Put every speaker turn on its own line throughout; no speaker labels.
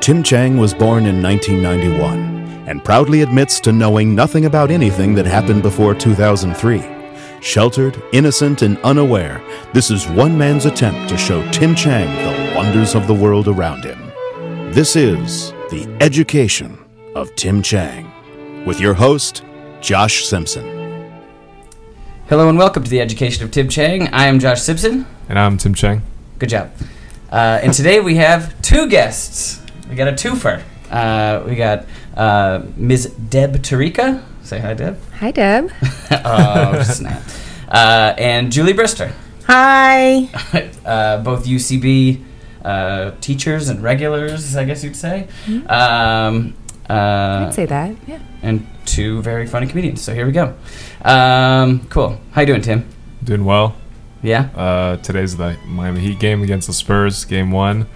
Tim Chang was born in 1991 and proudly admits to knowing nothing about anything that happened before 2003. Sheltered, innocent, and unaware, this is one man's attempt to show Tim Chang the wonders of the world around him. This is The Education of Tim Chang with your host, Josh Simpson.
Hello and welcome to the Education of Tim Chang. I am Josh Simpson.
And I'm Tim Chang.
Good job. Uh, and today we have two guests. We got a twofer. Uh, we got uh, Ms. Deb Tarika. Say hi, Deb.
Hi, Deb.
oh, snap. Uh, and Julie Brister.
Hi.
uh, both UCB uh, teachers and regulars, I guess you'd say. Um, uh,
I'd say that. Yeah.
and two very funny comedians. So here we go. Um, cool. How you doing, Tim?
Doing well.
Yeah.
Uh, today's the Miami Heat game against the Spurs, game one.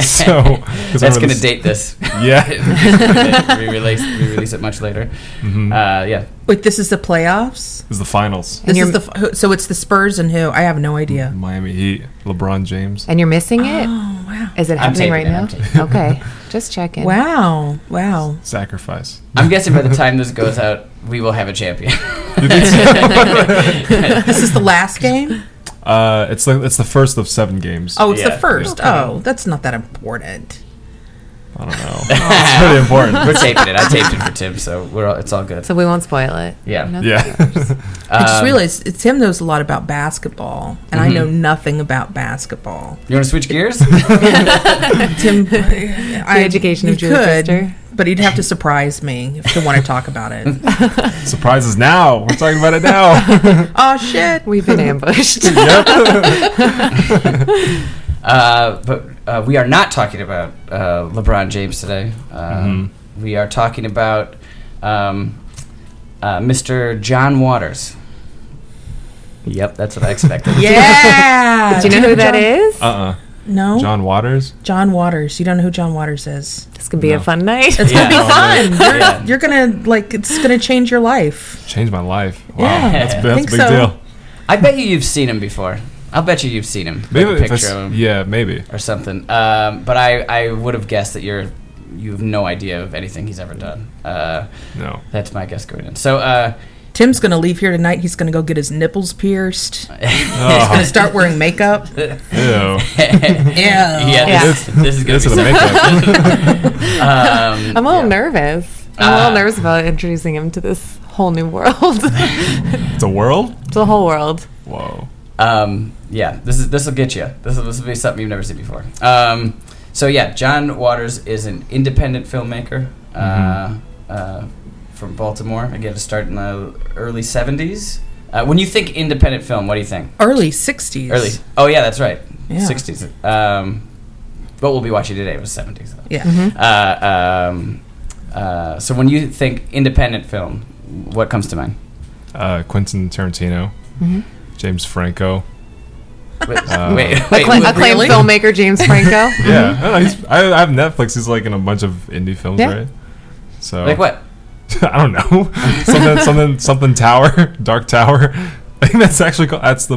So 'cause
That's
remember
gonna
this-
date this.
Yeah.
we release we release it much later. Uh, yeah,
Wait, this is the playoffs.
It's Mm-hmm. the finals.
This is the f- who- so it's the Spurs and who? I have no idea.
Miami Heat, LeBron James.
And you're missing it?
Oh wow!
Is it
I'm
happening
taping
right
it,
now?
I'm taping
Okay. Just checking.
Wow! Wow!
Sacrifice.
I'm guessing by the time this goes out, we will have a champion.
This is the last game.
Uh, it's the it's the first of seven games.
Oh, it's
Yeah.
the first. Oh, that's not that important.
I don't know. it's pretty important.
We're taping it. I taped it for Tim, so we're all, it's all good.
So we won't spoil it.
Yeah.
No?
Yeah.
Um,
I just realized it's him knows a lot about basketball, and
Mm-hmm.
I know nothing about basketball.
You want to switch gears?
Tim, the I,
education of
you
Julie Pfister.
but he'd have to surprise me if to want to talk about it.
Surprises now. We're talking about it now.
oh shit!
We've been ambushed.
Uh, but uh, we are not talking about uh, LeBron James today. Um,
Mm-hmm.
We are talking about um, uh, Mr. John Waters. Yep, that's what I expected.
Yeah.
Do you know who that is?
Uh uh
No, John.
John Waters.
Waters. You don't know who John Waters is?
This could be a
No.
fun night.
It's gonna be
Yeah.
fun. You're,
Yeah.
you're gonna like. It's gonna change your life.
Changed my life. Wow.
Yeah.
That's,
I
that's a
think
big
so.
deal.
I bet you you've seen him before. I'll bet you you've seen him. like
Maybe
a
if I
picture
s-
of him.
Yeah, maybe.
or something. Um, but I, I would have guessed that you're you have no idea of anything he's ever done. Uh,
No.
that's my guess going in. So uh,
Tim's gonna leave here tonight. He's gonna go get his nipples pierced. He's gonna start wearing makeup.
Oh, Ew.
Yeah.
yeah, this, this is gonna
This
be
is a
something. Um,
makeup.
I'm a little nervous. I'm a
Uh,
little nervous about introducing him to this whole new world, to
It's a world?
the whole world.
Whoa.
Um, yeah, this is this will get you. This will, this will be something you've never seen before. Um, so yeah, John Waters is an independent filmmaker
Mm-hmm.
uh, uh, from Baltimore. Again, to start in the early '70s. Uh, when you think independent film, what do you think?
Early '60s.
Early. Oh yeah, that's right.
Yeah.
Sixties. Um, what we'll be watching today was seventies.
Yeah.
Uh, um, uh, so when you think independent film, what comes to mind?
uh, Quentin Tarantino,
Mm-hmm.
James Franco.
Wait,
Uh,
wait, wait,
Accla-
wait,
acclaimed filmmaker James Franco.
Yeah, I, don't know, he's, I, I have Netflix. He's like in a bunch of indie films,
Yeah.
right? So
like what?
I don't know. something, something, something. Tower, Dark Tower. I think that's actually called, that's the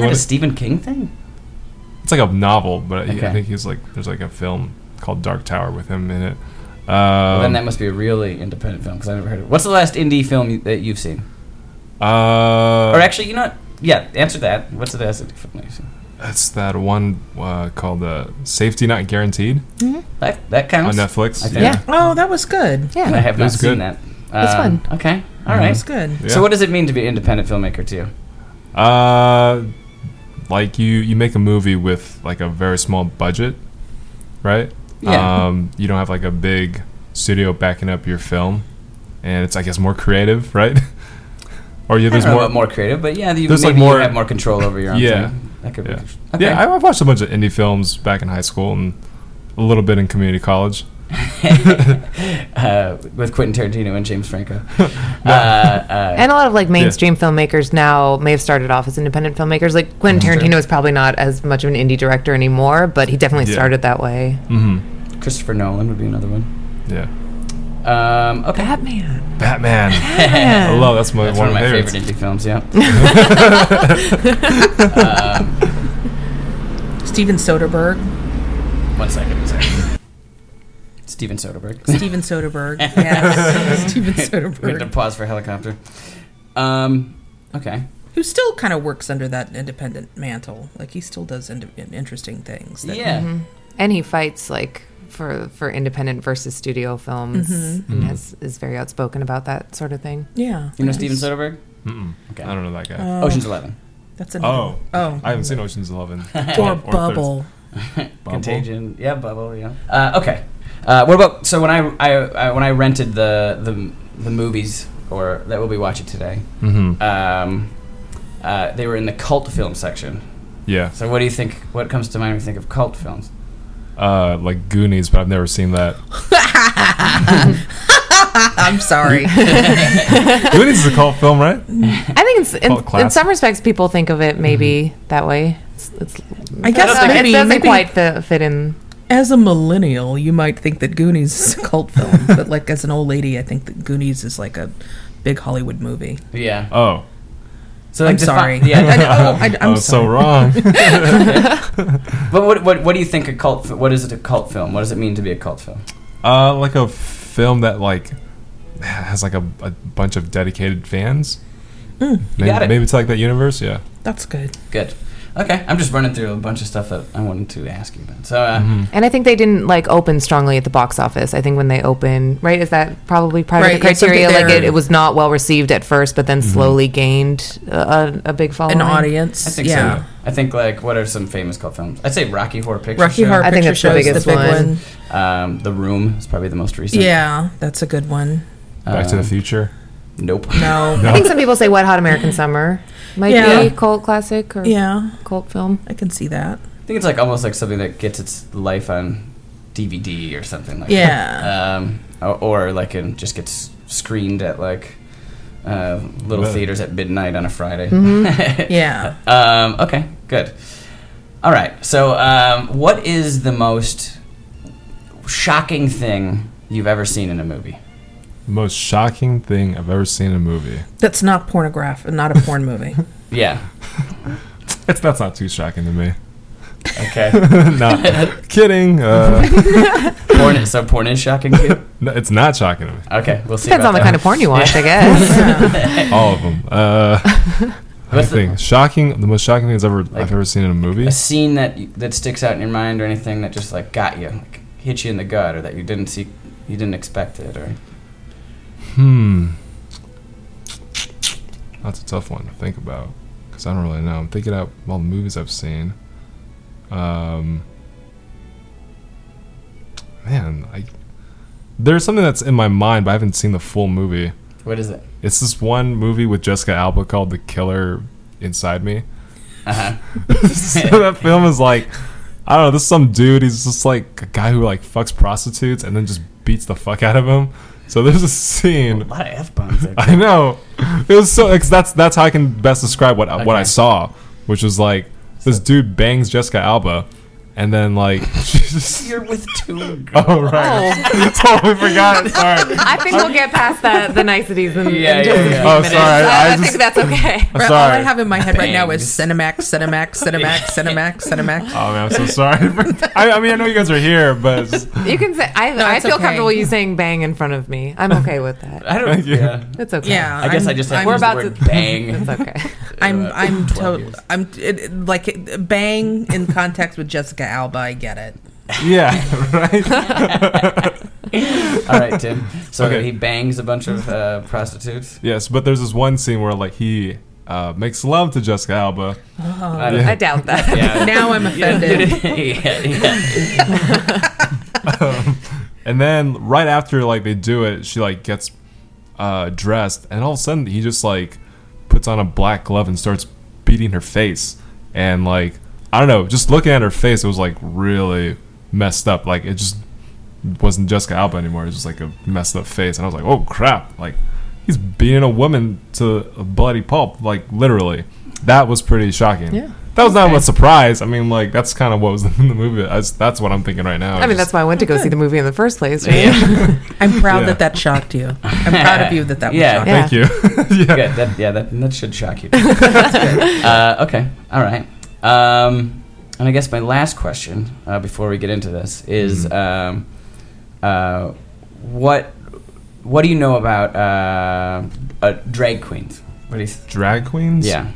Isn't that
one.
a Stephen King thing?
It's like a novel, but he-
Okay.
I think he's like there's like a film called Dark Tower with him in it. Um,
Well, then that must be a really independent film because I never heard of it. What's the last indie film you, that you've seen?
uh,
Or actually, you know what? Yeah, answer that. What's the last indie film you've seen?
that's that one uh, called uh, Safety Not Guaranteed
That, that
on
counts.
Netflix.
I think-
Yeah.
Oh, that was good.
I
Yeah.
have
It
not
was
seen
good. Mm-hmm.
that.
was
Um, Okay. All right.
That was good.
Yeah.
So what does it mean to be an independent filmmaker to you?
Uh, like you you make a movie with like a very small budget, right?
Yeah.
Um, you don't have like a big studio backing up your film, and it's I guess more creative, right? or you there's
There's more, more
more.
creative, but yeah, you,
There's,
maybe
like, more-
you have more control over your own
Yeah.
thing. That could
Yeah,
be. Okay.
yeah. I, I've watched a bunch of indie films back in high school and a little bit in community college.
uh, with Quentin Tarantino and James Franco. uh, uh,
And a lot of like mainstream filmmakers now may have started off as independent filmmakers. Like Quentin Tarantino is probably not as much of an indie director anymore, but he definitely
Yeah.
started that way.
Christopher Nolan would be another one.
Yeah,
Um, okay.
Batman.
Batman. I love that's my
That's one
one,
of my
favorites.
favorite indie films, yeah. yeah.
Steven Soderbergh.
One second. one second. Steven Soderbergh.
Steven Soderbergh. Yes. Steven
We're going to
Soderbergh.
pause for helicopter. Um, okay.
Who still kind of works under that independent mantle. Like, he still does ind- interesting things. That,
Yeah.
and he fights like for for independent versus studio films
Mm-hmm.
and has, is very outspoken about that sort of thing
Yeah.
You know
Yes.
Steven Soderbergh?
Mm-mm.
Okay. Uh,
I don't know that guy.
Oh,
Ocean's Eleven.
That's another.
oh,
Oh.
I haven't seen Ocean's Eleven.
Or
Thirst.
Bubble.
Bumble?
Contagion. Yeah, Bubble. Yeah. Uh, okay. Uh, what about so when I, I, I when I rented the the the movies or that we'll be watching today,
Mhm.
um, uh, they were in the cult film section.
Yeah,
So what do you think? What comes to mind when you think of cult films?
uh, like Goonies, but I've never seen that.
I'm sorry.
Goonies is a cult film, right?
i think it's
Called
in, in
classic.
some respects people think of it maybe that way it's, it's
I guess
it
maybe,
doesn't
maybe
quite fit, fit in
as a millennial, you might think that Goonies is a cult film, but like as an old lady, I think that Goonies is like a big Hollywood movie.
Yeah.
Oh,
So
I'm
defi-
sorry.
Yeah.
I, I,
I
I'm
was Oh, so
sorry.
wrong.
but what, what what do you think a cult? fi- What is it a cult film? What does it mean to be a cult film?
Uh, like a film that like has like a, a bunch of dedicated fans.
Mm, You
Maybe,
got it.
maybe it's like that universe. Yeah.
That's good.
Good. Okay. I'm just running through a bunch of stuff that I wanted to ask you about. So. Uh,
and i think they didn't like open strongly at the box office i think when they open right is that probably part
Right,
of the
it's something
criteria like
there-
it, it was not well received at first but
Mm-hmm.
then slowly gained a, a big following
An audience.
I think
yeah.
so. I think like what are some famous cult films? I'd say Rocky Horror Picture
Rocky
Show.
Horror
I think
Picture
it's the
Show is
biggest
the big
one.
one.
Um, the Room is probably the most recent.
Yeah, that's a good one.
Back
Uh,
to the Future.
Nope.
No.
i think some people say wet hot american summer might
Yeah.
be a cult classic or
Yeah,
cult film
I can see that.
I think it's like almost like something that gets its life on DVD or something like
Yeah.
that. Um, or, or like it just gets screened at like uh, little
Right.
theaters at midnight on a Friday.
Mm-hmm.
Yeah.
Um, okay, good. All right. So, um, what is the most shocking thing you've ever seen in a movie?
Most shocking thing I've ever seen in a movie.
That's not pornograph and not a porn movie.
Yeah.
It's that's not too shocking to me.
Okay.
no, kidding. Uh,
porn is so porn is shocking to you.
no, it's not shocking to me.
Okay, we'll see.
depends on the kind of porn you watch i guess
All of them. Uh, I
What's the-
think shocking. The most shocking things ever I've ever seen in a movie.
a scene that you, that sticks out in your mind or anything that just like got you, like hit you in the gut, or that you didn't see, you didn't expect it, or
Hmm. That's a tough one to think about because I don't really know. I'm thinking about all the movies I've seen. Um, man, I there's something that's in my mind, but I haven't seen the full movie.
what is it?
It's this one movie with Jessica Alba called The Killer Inside Me.
Uh
So that film is like, I don't know. This is some dude. He's just like a guy who like fucks prostitutes and then just beats the fuck out of him. So there's a scene.
A lot of f bombs.
I know. It was so. Cause that's that's how I can best describe what I what I
Okay.
saw, which was like this dude bangs Jessica Alba, and then like she just.
You're with two girls.
Oh right. totally forgot. Sorry.
I think we'll get past the, the niceties in,
Yeah,
in
yeah,
just a
yeah.
few
Oh,
minutes.
sorry,
I,
I
I
just-
think that's okay.
I'm
All I
sorry.
have in my head right now is
Bangs.
Cinemax, Cinemax, Cinemax, Cinemax, Cinemax.
Oh man, I'm so sorry. I, I mean, I know you guys are here, but it's-
You can say I, I
it's
feel
okay.
comfortable you saying bang in front of me. I'm okay with that.
I don't.
Thank you.
Yeah.
It's okay.
Yeah,
I guess
I'm-
i just had
I'm-
to
We're
use the
about
word
to-
bang.
It's okay.
I'm I'm
12
to-
uh, years.
I'm it, it- like it- bang in context with Jessica Alba. I get it.
yeah, right.
All right, Tim. So
Okay.
he bangs a bunch of uh, prostitutes.
Yes, but there's this one scene where like he uh, makes love to Jessica Alba.
Oh,
I don't-
I doubt that.
Yeah.
Now I'm offended.
yeah, yeah.
And then right after like they do it, she like gets uh, dressed, and all of a sudden he just like puts on a black glove and starts beating her face. And like I don't know, just looking at her face, it was like really messed up. Like it just wasn't Jessica Alba anymore. It was just like a messed up face, and I was like, oh crap! Like he's beating a woman to a bloody pulp, like literally. That was pretty shocking.
Yeah.
That was not what surprised. I mean, like that's kind of what was in the movie. I just- that's what I'm thinking right now.
I Oh, mean,
Just-
that's why I went to go see the movie in the first place. Right?
I'm proud
Yeah.
that that shocked you. I'm proud of you that that was
Yeah.
shocking.
Yeah.
Thank you. yeah.
Good. That, yeah, that, that should shock you. uh, okay. All right.
Mm-hmm.
Um, and I guess my last question uh, before we get into this is um, Uh, what What do you know about uh, uh, drag queens? What do you? s-
Drag queens?
Yeah,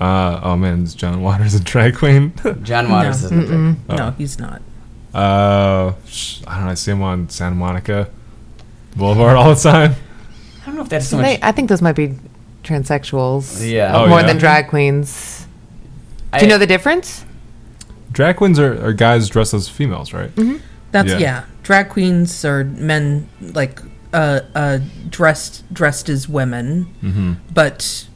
Uh, oh man, is John Waters a drag queen?
John Waters
No.
is. a drag-
No, he's not.
uh, sh- I don't know. I see him on Santa Monica Boulevard all the time.
I don't know if that's so
They,
much.
I think those might be transsexuals.
Yeah.
Oh,
more
yeah.
than drag queens.
I,
Do you know the difference?
Drag queens are, are guys dressed as females, right?
Mm-hmm. That's
Yeah.
yeah. Drag queens are men like uh, uh, dressed dressed as women, but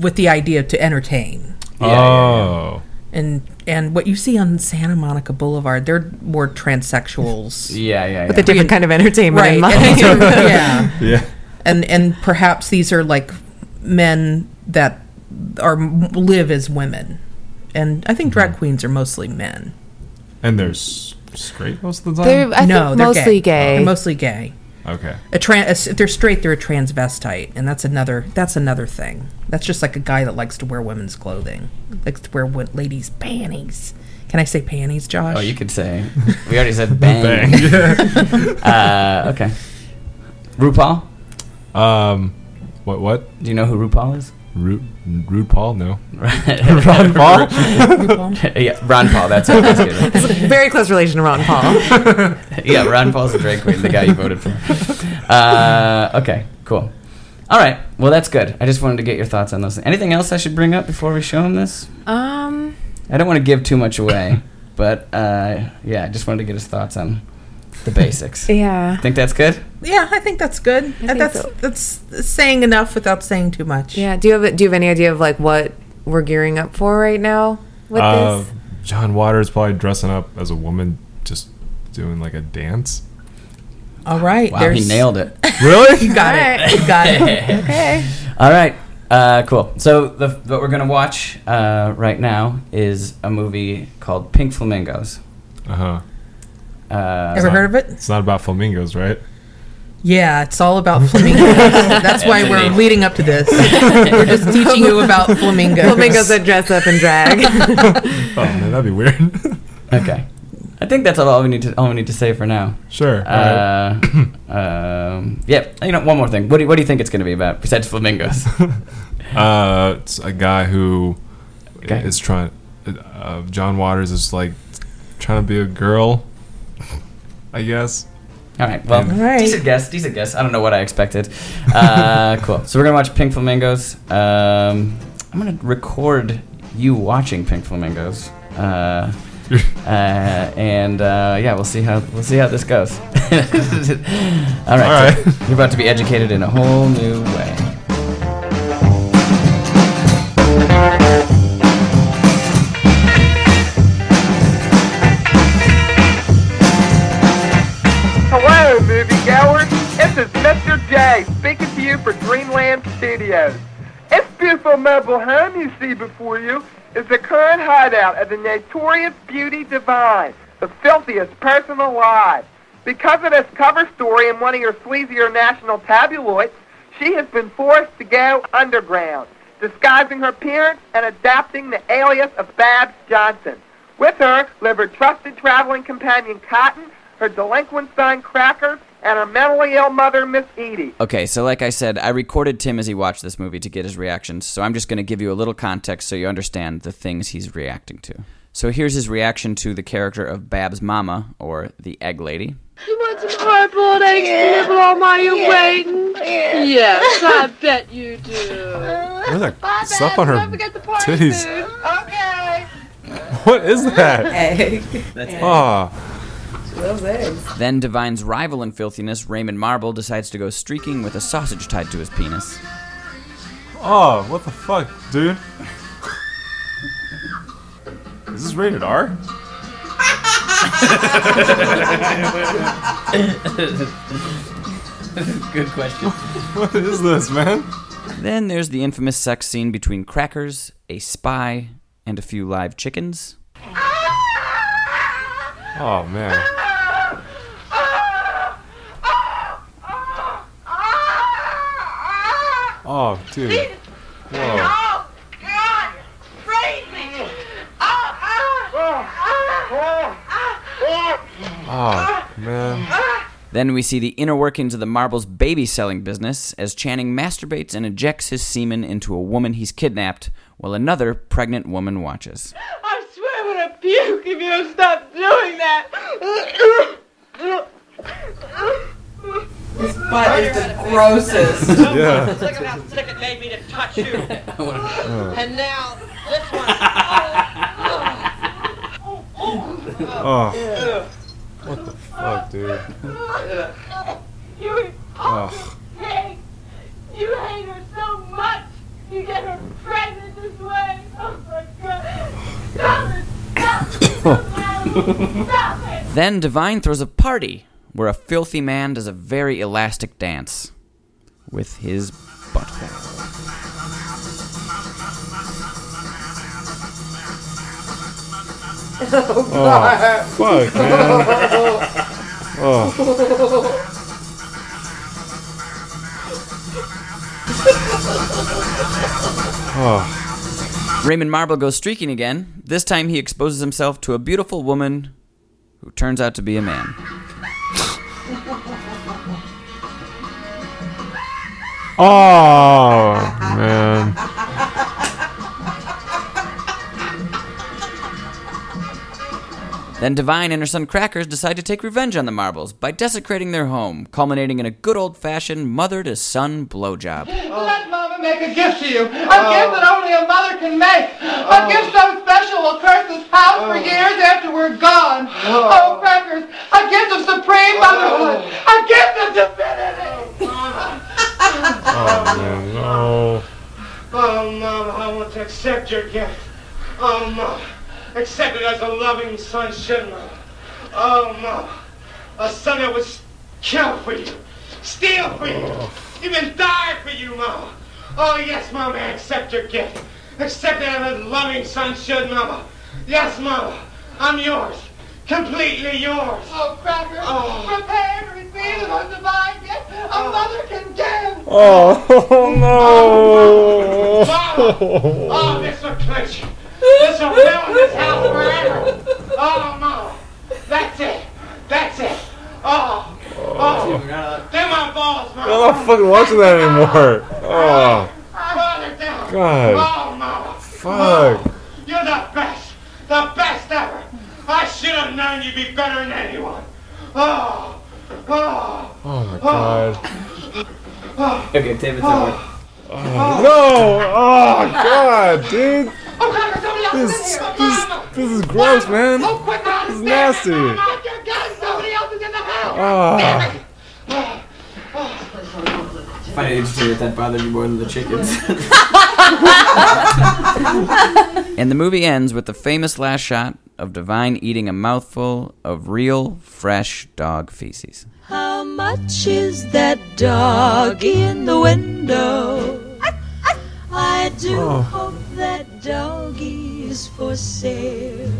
with the idea to entertain.
Yeah,
oh,
yeah,
And and what you see on Santa Monica Boulevard, they're more transsexuals,
yeah, yeah, yeah.
With a different kind of entertainment
right?
in
and-
mind.
yeah.
yeah.
and and perhaps these are like men that are live as women, and I think
Mm-hmm.
drag queens are mostly men.
And they're s- straight most of the time.
They're, I
no,
think
they're
mostly gay.
They're mostly gay.
okay.
A tran- a s- if they're straight, they're a transvestite, and that's another that's another thing. That's just like a guy that likes to wear women's clothing, likes to wear wo- ladies' panties. Can I say panties, Josh?
Oh, you could say. We already said bang.
Bang.
Uh, okay. RuPaul.
um, what? What?
Do you know who RuPaul is?
Rude, rude Paul? No.
Ron Paul. yeah, Ron Paul. That's it. That's good.
It's a very close relation to Ron Paul.
yeah, Ron Paul's a drag queen, the guy you voted for. Uh, okay, cool. All right, well, that's good. I just wanted to get your thoughts on those. Anything else I should bring up before we show him this?
um,
I don't want to give too much away, but uh, yeah, I just wanted to get his thoughts on the basics.
yeah.
Think that's good?
yeah, I think that's good.
think
that's
so.
that's saying enough without saying too much.
Yeah. Do you have Do you have any idea of like what we're gearing up for right now with
Uh,
this?
John Waters probably dressing up as a woman, just doing like a dance.
All right.
Wow,
there's,
he nailed it.
Really?
You got
All right.
it. You got it.
Okay.
All right. Uh, cool. So the, what we're gonna watch uh, right now is a movie called Pink Flamingos.
uh huh.
Uh,
Ever heard of it?
It's not about flamingos, right?
Yeah, it's all about flamingos. That's why we're
Indeed.
leading up to this. we're just teaching you about flamingos.
Flamingos that dress up and drag.
Oh man, that'd be weird.
okay. I think that's all we need to all we need to say for now.
sure. all right.
Uh, um, yeah, you know, one more thing. What do, what do you think it's going to be about besides flamingos?
Uh, it's a guy who is
Okay.
trying. Uh, John Waters is like trying to be a girl, I guess.
All right, well,
All
right.
decent guess, decent guess. I don't know what I expected. Uh, cool. So we're going to watch Pink Flamingos. Um, I'm going to record you watching Pink Flamingos. Uh, uh, and uh, yeah, we'll see how we'll see how this goes. All right, All
right.
you're about to be educated in a whole new way.
Hello, moviegoers. This is Mr. J speaking to you for Dreamland Studios. This beautiful mobile home you see before you is the current hideout of the notorious beauty divine, the filthiest person alive. Because of this cover story in one of your sleazier national tabloids, she has been forced to go underground, disguising her appearance and adapting the alias of Babs Johnson. With her live her trusted traveling companion Cotton, her delinquent son Cracker, and her mentally ill mother Miss Edie.
Okay, so like I said, I recorded Tim as he watched this movie to get his reactions, so I'm just going to give you a little context so you understand the things he's reacting to. So here's his reaction to the character of Bab's mama, or the egg lady.
You want some hard-boiled eggs delivered on my waiting? Yes, I bet you do.
Where's that stuff on her titties?
Okay.
What is that? Oh,
Then Divine's rival in filthiness, Raymond Marble, decides to go streaking with a sausage tied to his penis.
oh, what the fuck, dude? Is this rated R?
Good question.
What is this, man?
Then there's the infamous sex scene between crackers, a spy, and a few live chickens.
Oh man. Oh, dude. Whoa.
Oh, God. Freeze me. Oh, oh, oh, oh.
Oh, Man.
Then we see the inner workings of the Marble's baby selling business as Channing masturbates and ejects his semen into a woman he's kidnapped while another pregnant woman watches.
I swear I'm gonna puke if you don't stop doing that.
Butt is the grossest.
Yeah.
Look at how sick it made me to touch you. and now this one.
Oh. What the fuck, dude?
You
Ugh.
pig! You hate her so much. You get her pregnant this way. Oh my god! Stop it! Stop it! Stop it!
Then Divine throws a party where a filthy man does a very elastic dance with his butthole.
Fuck, man. Oh.
Raymond Marble goes streaking again. This time he exposes himself to a beautiful woman who turns out to be a man.
Oh, man.
Then Divine and her son Crackers decide to take revenge on the Marbles by desecrating their home, culminating in a good old fashioned mother to son blowjob.
Let Mama make a gift to you. A gift that only a mother can make. A gift so special will curse this house for years after we're gone. Oh, crackers. A gift of supreme motherhood. A gift of divinity.
No.
Oh, Mama, I want to accept your gift. Oh, Mama. Accept it as a loving son should, Mama. Oh, Mama. A son that would kill for you. Steal for you. Even die for you, Mama. Oh, yes, Mama, I accept your gift. Accept it as a loving son should, Mama. Yes, Mama. I'm yours. Completely yours. Oh, Cracker. Prepare to receive the most divine gift a mother can give.
Oh,
Mama! Oh, this will clinch you. This will ruin this house forever. Oh, Mama. That's it. That's it. Oh. Oh. They're my balls, Mama.
I'm not fucking watching that anymore. Oh,
Father down.
God.
Oh, Mama.
Fuck.
You're the best. The best ever. I should have known you'd be better than anyone. Oh. Oh.
Oh, my God.
Okay, David's over.
No! Oh, God, dude.
Oh, God, somebody else
This,
is in here.
this,
Mama.
this is gross, man.
Oh, quick, out
This is nasty.
Mama, dear God, somebody else is in the house.
Ah.
find it interesting that that bothered you more than the chickens. and the movie ends with the famous last shot of Divine eating a mouthful of real, fresh dog feces.
How much is that dog in the window? I do hope that doggy is for sale.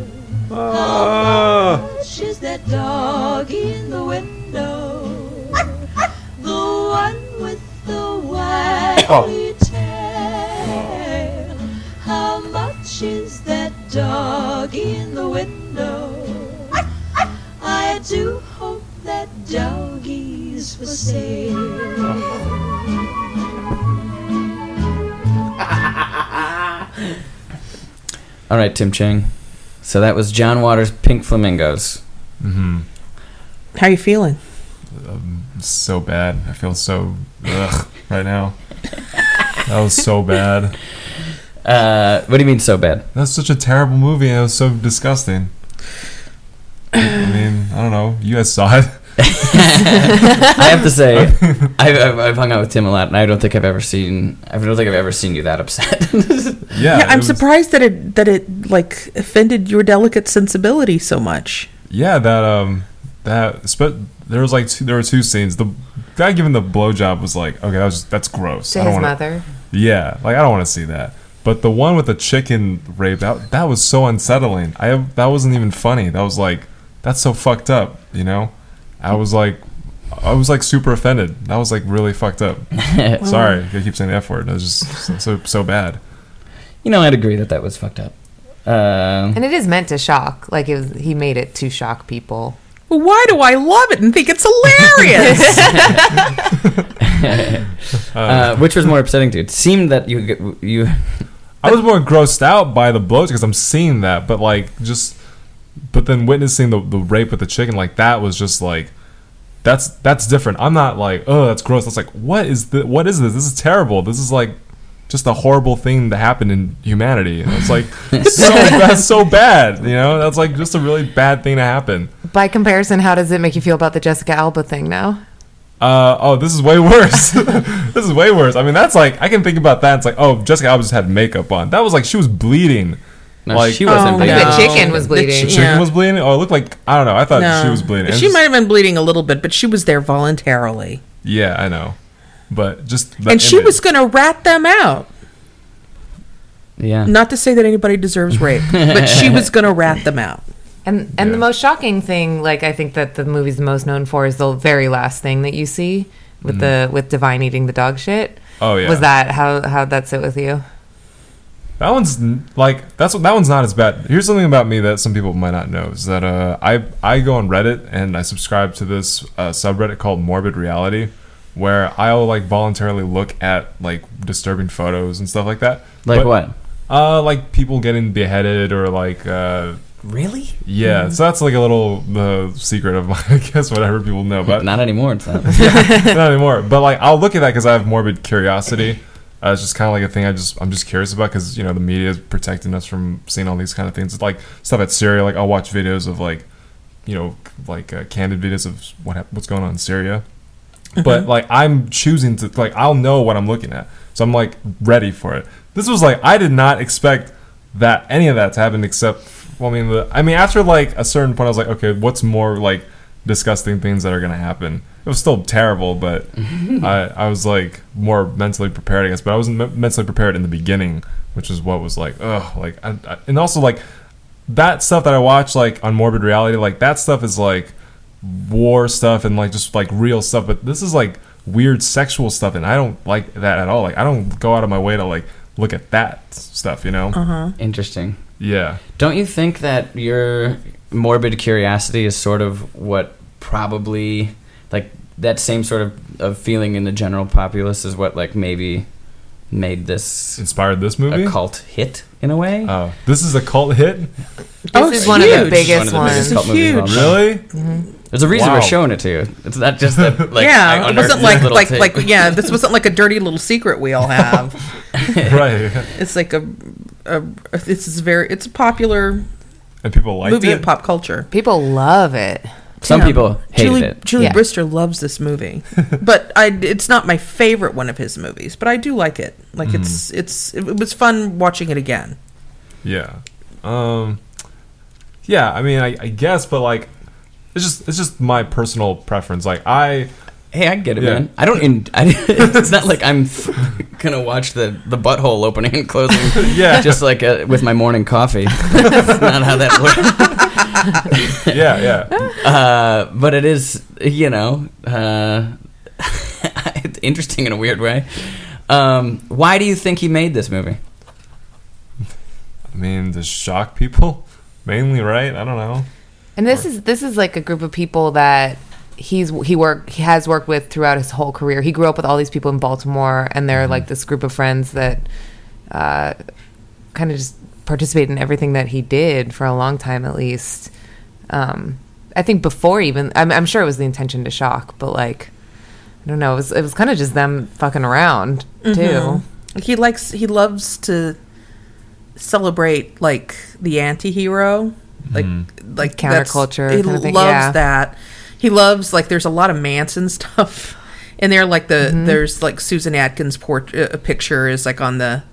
Ah.
much is that dog in the window? The one with the waggly tail. How much is that dog in the window? I do hope that doggy's for sale.
All right, Tim Chang. So that was John Waters' Pink Flamingos.
How you feeling?
so bad. I feel so ugh right now. That was so bad.
Uh, what do you mean so bad?
That's such a terrible movie. and It was so disgusting. I mean, I don't know. You guys saw it.
I have to say, I've, I've, I've hung out with Tim a lot, and I don't think I've ever seen I don't think I've ever seen you that upset.
Yeah.
yeah,
it
I'm
was-
surprised that it that it like offended your delicate sensibility so much.
Yeah, that um, that spe- there was like two, there were two scenes. The guy giving the blowjob was like, okay, that was that's gross.
To
I don't
his
wanna-
mother.
Yeah, like I don't want to see that. But the one with the chicken rape that that was so unsettling. I that wasn't even funny. That was like that's so fucked up. You know, I was like, I was like super offended. That was like really fucked up. Sorry, I keep saying the f word. That was just so so, so bad.
you know, I'd agree that that was fucked up. Uh,
And it is meant to shock. Like it was, he made it to shock people.
Why do I love it and think it's hilarious?
Uh, which was more upsetting to you? It seemed that you g- you
I was more grossed out by the blows because I'm seeing that, but like just, but then witnessing the, the rape with the chicken, like that was just like, that's that's different. I'm not like, oh, that's gross. That's like, what is the what is this? This is terrible. This is like, just a horrible thing that happened in humanity. And it's like, so that's so bad. You know, that's like just a really bad thing to happen.
By comparison, how does it make you feel about the Jessica Alba thing now?
Uh, oh, this is way worse. this is way worse. I mean, that's like I can think about that. It's like, oh, Jessica Alba just had makeup on. That was like she was bleeding.
no,
like
she wasn't.
Oh,
big.
no.
The chicken was
The
bleeding.
The chicken
Yeah.
was bleeding. Oh, it looked like I don't know. I thought she was bleeding. And
She
just-
might have been bleeding a little bit, but she was there voluntarily.
Yeah, I know. But just the
and she
image.
was going to rat them out.
Yeah.
Not to say that anybody deserves rape, but she was going to rat them out.
And and the most shocking thing, like I think that the movie's most known for is the very last thing that you see with the with Divine eating the dog shit.
Mm. Oh, yeah.
Was that how how that sit with you?
That one's n- like that's what that one's not as bad. Here's something about me that some people might not know is that uh, I I go on Reddit and I subscribe to this uh, subreddit called Morbid Reality, where I'll like voluntarily look at like disturbing photos and stuff like that.
Like
But-
what?
Uh, like people getting beheaded or like uh,
Really?
yeah.
Mm-hmm.
So that's like a little uh, secret of mine, I guess. Whatever people know, but
Not anymore. It's not.
not anymore. But like, I'll look at that because I have morbid curiosity. Uh, it's just kind of like a thing I just I'm just curious about because you know the media is protecting us from seeing all these kind of things. It's like stuff at Syria. Like I'll watch videos of like, you know, like uh, candid videos of what hap- what's going on in Syria. But like I'm choosing to like I'll know what I'm looking at, so I'm like ready for it. This was like I did not expect that any of that to happen except well, I mean the, I mean after like a certain point I was like okay what's more like disgusting things that are gonna happen. It was still terrible, but I, I was like more mentally prepared, I guess. But I wasn't me- mentally prepared in the beginning, which is what was like, ugh, like, I, I- and also like that stuff that I watch like on Morbid Reality, like that stuff is like war stuff and like just like real stuff. But this is like weird sexual stuff, and I don't like that at all. Like I don't go out of my way to like look at that s- stuff, you know?
Uh-huh.
Interesting.
Yeah.
Don't you think that your morbid curiosity is sort of what probably like that same sort of, of feeling in the general populace is what like maybe made this
Inspired this movie.
a cult hit in a
Uh,
way?
Oh, this is a cult hit.
This
Oh,
is
it's
one of the
huge.
biggest
One of the biggest
ones.
cult movies of all time.
Really?
There's a reason we're
Wow.
showing it to you. It's not just that like I
yeah, it
unearthed
wasn't
this
like
little
like
tape.
like yeah, this wasn't like a dirty little secret we all have.
right.
it's like a, a this is very it's a popular
And people liked
movie
it.
in pop culture.
People love it.
some
Yeah.
people hated
Julie,
it.
Julie
Yeah.
Brister loves this movie, but I it's not my favorite one of his movies, but I do like it. Like
Hmm.
it's it's it was fun watching it again.
Yeah. Um Yeah, I mean I, I guess but like it's just it's just my personal preference. Like I
Hey, I get it,
Yeah.
man. I don't. In, I, it's not like I'm gonna watch the the butthole opening and closing.
Yeah.
just like uh with my morning coffee. That's not how that works.
yeah, yeah.
Uh, but it is, you know, uh, it's interesting in a weird way. Um, why do you think he made this movie?
I mean to shock people mainly, right? I don't know.
And this is this is like a group of people that he's he work he has worked with throughout his whole career. He grew up with all these people in Baltimore, and they're like this group of friends that uh, kind of just participated in everything that he did for a long time, at least. Um, I think before even I'm, I'm sure it was the intention to shock, but like I don't know, it was it was kind of just them fucking around too.
He likes he loves to celebrate like the anti-hero, like
Hmm.
like that's-
Counterculture
He
kind of thing,
loves
yeah.
that. He loves like there's a lot of Manson stuff, and they're like the
Mm-hmm.
there's like Susan Atkins' portrait uh, picture is like on the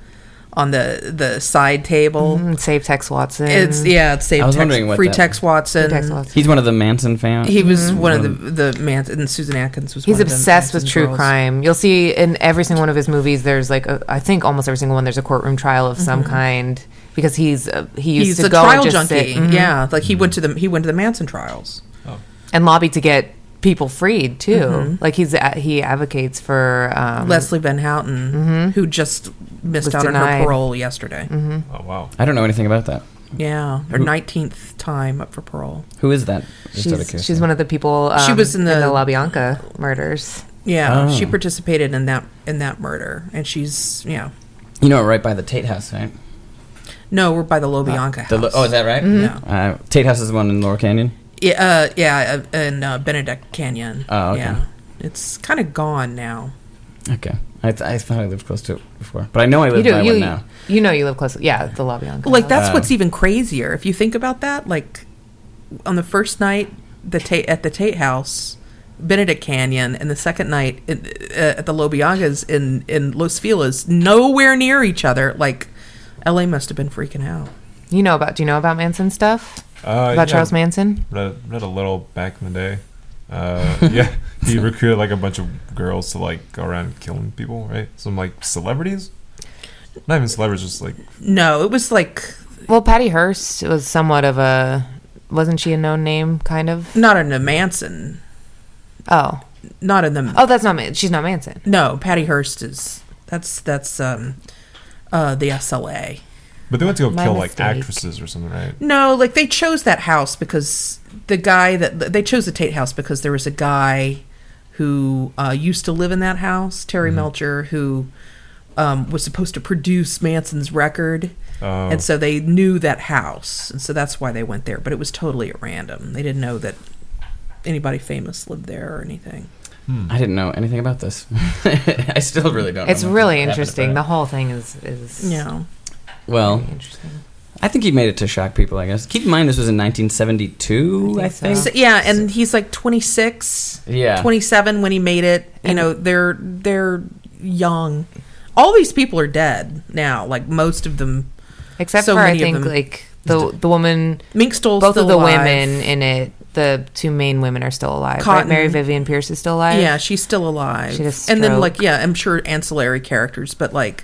on the the side table.
Mm, Save Tex Watson.
It's yeah, it's save
I was
Tex-
wondering what
free
that-
Tex Watson.
Tex Watson. Mm-hmm.
He's one of the Manson fans.
He was one of the the Manson and Susan Atkins was.
He's
one of the
obsessed with
Manson
true
girls.
crime. You'll see in every single one of his movies. There's like a, I think almost every single one. There's a courtroom trial of some kind because he's uh, he used
Mm-hmm. He's
to
a
go
trial
and just
junkie.
sit mhm,
Yeah, like
Mm-hmm.
he went to the he went to the Manson trials.
and lobby to get people freed too.
Mm-hmm.
Like he's a- he advocates for um,
Leslie Van Houten, who just missed
Mm-hmm. Was
out on
denied. Mm-hmm.
her parole yesterday.
Oh wow.
I don't know anything about that.
Yeah, her nineteenth time up for parole.
Who is that? Just out of
She's, she's one of the people.
She
um,
was in the-
La Bianca murders.
Yeah, she
Oh.
participated in that in that murder, and she's yeah.
You know, right by the Tate House, right?
No, we're by the Lobianca
The,
house.
lo- oh, is that right?
Yeah.
Mm-hmm.
Uh, Tate House is the one in Lower Canyon.
Yeah, uh, yeah, uh, in uh, Benedict Canyon.
Oh, okay.
Yeah, it's kind of gone now.
Okay. I, th- I thought I lived close to it before, but I know I
You
live by
do.
one
You,
now.
you know you live close. Yeah, the La Bianca.
Like that's
Uh,
what's even crazier if you think about that. Like on the first night, the Tate at the Tate House, Benedict Canyon, and the second night in, uh, at the Lobianca's in in Los Feliz, nowhere near each other. Like L.A. must have been freaking out.
You know about? Do you know about Manson stuff?
Uh,
about
yeah,
Charles Manson?
Read, read a little back in the day. Uh, yeah, he recruited like a bunch of girls to like go around killing people, right? Some like celebrities, not even celebrities, just like
No, it was like
Well, Patty Hearst was somewhat of a. Wasn't she a known name? Kind of.
not in the Manson,
Oh.
not in the
Oh, that's not. Man- she's not Manson.
no. Patty Hearst is that's that's um uh the SLA.
But they went to go
My
kill
mistake.
like actresses or something, right?
No, like they chose that house because the guy that they chose the Tate house because there was a guy who uh, used to live in that house, Terry Melcher, who um, was supposed to produce Manson's record,
Oh.
and so they knew that house, and so that's why they went there. But it was totally at random; they didn't know that anybody famous lived there or anything.
I didn't know anything about this. I still really don't.
It's
know much
really
about what happened,
interesting. The
but-
whole thing is is
Yeah,
well,
interesting.
I think he made it to shock people. I guess. Keep in mind, this was in 1972. I
I
think.
think
so, yeah, and he's like twenty six.
Yeah.
27 when he made it. You know, they're they're young. All these people are dead now. Like most of them,
Except
so
for I
many of
think
them.
like the the woman,
Mink stole
both
still
of the
alive.
women in it, the two main women are still alive. Right?
Cotton.
Mary Vivian Pierce is still alive.
Yeah, she's still alive.
She had a
and then
stroke.
like yeah, I'm sure ancillary characters, but like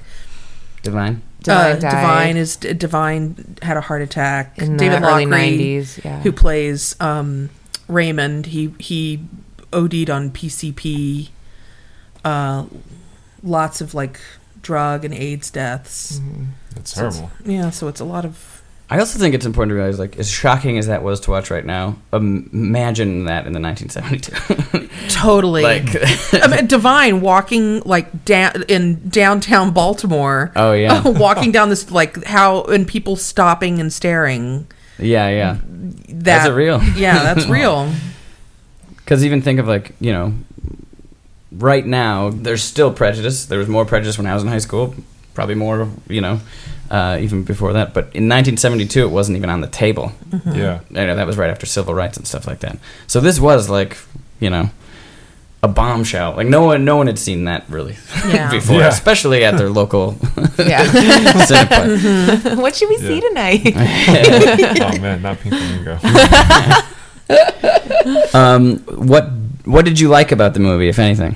Divine.
Divine
uh,
died
Divine is Divine had a heart attack.
in
David
the early
Lochry,
nineties. Yeah,
who plays um, Raymond, he he OD'd on PCP. Uh, lots of like drug and AIDS deaths.
Mm-hmm.
That's terrible.
Yeah, so it's a lot of
I also think it's important to realize, like, as shocking as that was to watch right now, um, imagine that in the 1972.
Totally.
like,
I mean, Divine walking like down in downtown Baltimore.
Oh, yeah.
walking down this like how and people stopping and staring.
yeah, yeah.
That,
That's a real.
Yeah, that's real.
Because even think of like you know, right now there's still prejudice. There was more prejudice when I was in high school. Probably more, you know, uh, even before that. But in 1972, it wasn't even on the table.
Yeah.
You know, that was right after civil rights and stuff like that. So this was like, you know, a bombshell. Like no one, no one had seen that really
Yeah.
before,
Yeah.
especially at their local
yeah.
cineplay.
what should we see
Yeah.
tonight?
oh man, not Pink Flamingo.
Um, what What did you like about the movie, if anything?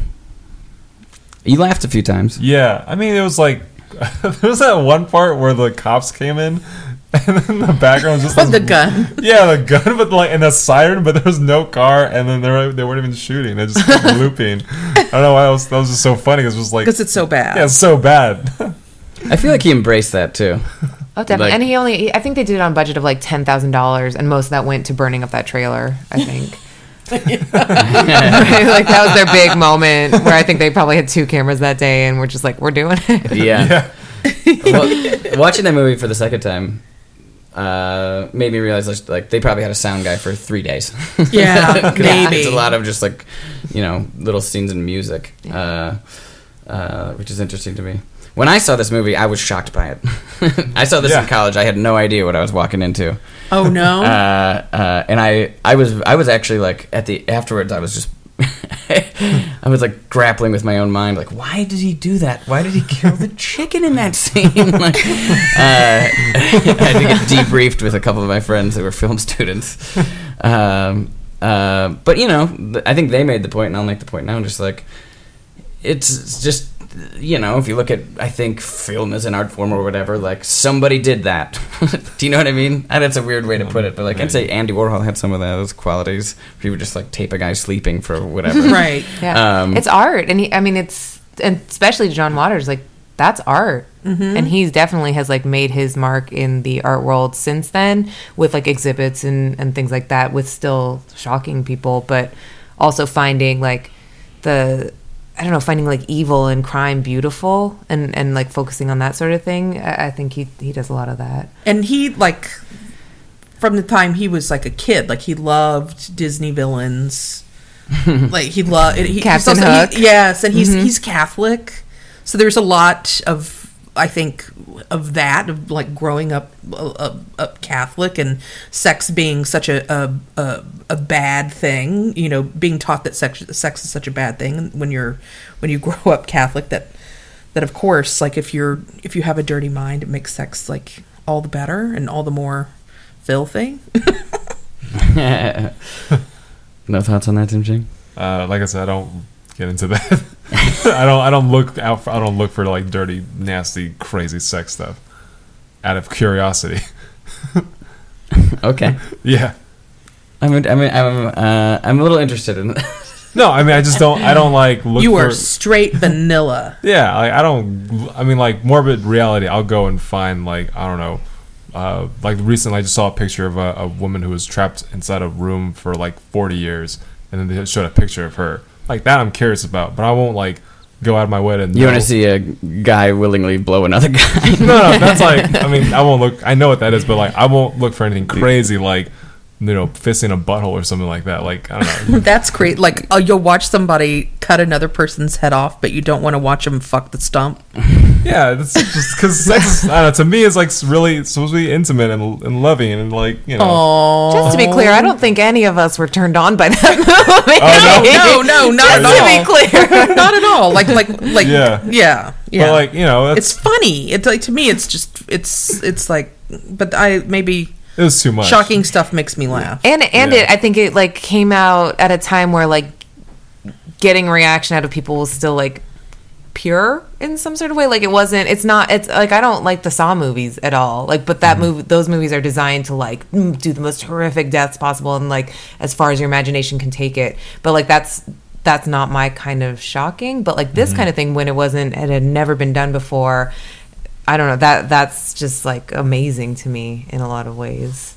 You laughed a few times.
yeah, I mean it was like there was that one part where the cops came in, and then the background was just
With the
this-
gun.
Yeah, the gun, but like and the siren, but there was no car, and then they were, they weren't even shooting. They just kept looping. I don't know why that was, that was just so funny. 'cause It was just like
Because it's so bad.
yeah, it's so bad.
I feel like he embraced that too.
Oh, definitely.
Like-
and he only, he- I think they did it on a budget of like ten thousand dollars, and most of that went to burning up that trailer. I think. Right? Like that was their big moment where I think they probably had two cameras that day, and we're just like, we're doing it.
Yeah. well, watching that movie for the second time uh, made me realize like, like they probably had a sound guy for three days.
Yeah,
'Cause
maybe.
It's a lot of just like you know little scenes and music, uh, uh, which is interesting to me. When I saw this movie, I was shocked by it. I saw this
Yeah.
in college. I had no idea what I was walking into,
Oh no.
uh, uh, and I, I was, I was actually like at the afterwards. I was just, I was like grappling with my own mind, like, why did he do that? Why did he kill the chicken in that scene? like, uh, I had to get debriefed with a couple of my friends who were film students. Um, uh, but you know, th- I think they made the point, and I'll make the point now. Just like it's just you know, if you look at I think film as an art form or whatever, like somebody did that. Do you know what I mean? And that's a weird way to put it, but like I'd say Andy Warhol had some of those qualities. Where he would just like tape a guy sleeping for whatever.
right.
Yeah,
Um,
it's art, and he, I mean, it's and especially John Waters, like that's art. And he's definitely has like made his mark in the art world since then with like exhibits and, and things like that with still shocking people, but also finding like the I don't know, finding like evil and crime beautiful and, and like focusing on that sort of thing. I, I think he, he does a lot of that.
and he like from the time he was like a kid like he loved disney villains like he loved he, he's
Captain
also-
Hook. Mm-hmm.
he- yes and he's he's catholic so there's a lot of i think of that of like growing up uh, up, up catholic and sex being such a, a a a bad thing you know being taught that sex sex is such a bad thing when you're when you grow up catholic that that of course like if you're if you have a dirty mind it makes sex like all the better and all the more filthy
no thoughts on that, Tim Ching?
Uh, like I said, I don't get into that. I don't. I don't look out. For, I don't look for like dirty, nasty, crazy sex stuff. Out of curiosity.
Okay.
yeah.
I'm, I'm, I'm, uh, I'm a little interested in
No, I mean, I just don't. I don't like look.
you
for,
are straight vanilla
Yeah, like I don't. I mean, like morbid reality. I'll go and find like I don't know. Uh, like recently, I just saw a picture of a, a woman who was trapped inside a room for like 40 years, and then they showed a picture of her. Like that, I'm curious about, but I won't like go out of my way to.
You want
know.
to see a guy willingly blow another guy?
no, no, that's like. I mean, I won't look. I know what that is, but like, I won't look for anything crazy like, you know, fisting a butthole or something like that. Like, I don't know.
that's great like uh, you'll watch somebody cut another person's head off but you don't want to watch them fuck the stump
yeah, that's just because sex. Is, I don't know. To me, it's like really supposed to be intimate and, and loving and like you know.
Just to be clear, I don't think any of us were turned on by that movie.
no, Oh, no, no, not
Just
at all.
to be clear.
not at all like like like
Yeah.
yeah yeah,
But like you know,
it's
that's,
funny it's like to me it's just it's it's like but i maybe
it was too much.
shocking stuff makes me laugh
and and
Yeah.
it, I think it like came out at a time where like getting reaction out of people was still like pure in some sort of way. Like it wasn't. It's not. It's like I don't like the Saw movies at all. Like, but that movie, those movies are designed to like mm, do the most horrific deaths possible and like as far as your imagination can take it. But like that's that's not my kind of shocking. But like this kind of thing when it wasn't, it had never been done before. I don't know that that's just like amazing to me in a lot of ways.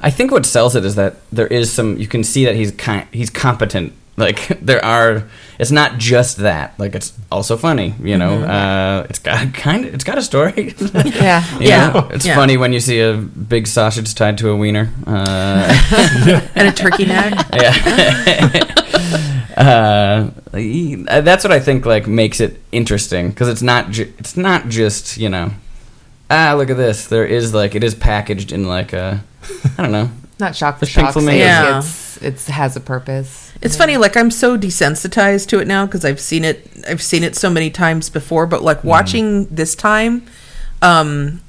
I think what sells it is that there is some. You can see that he's ki- he's competent. Like there are. It's not just that. Like it's also funny. You know, uh, it's got kind of. It's got a story.
Yeah.
Yeah.
yeah, it's
Yeah.
funny when you see a big sausage tied to a wiener. Uh,
and a turkey neck
uh, e- that's what I think like makes it interesting because it's not ju- it's not just you know ah look at this there is like it is packaged in like a I don't know
not shock for
There's pink
shock's sake.
flamingos.
Yeah.
It's it's has a purpose.
It's funny, like I'm so desensitized to it now because I've seen it, I've seen it so many times before. But like watching this time, um,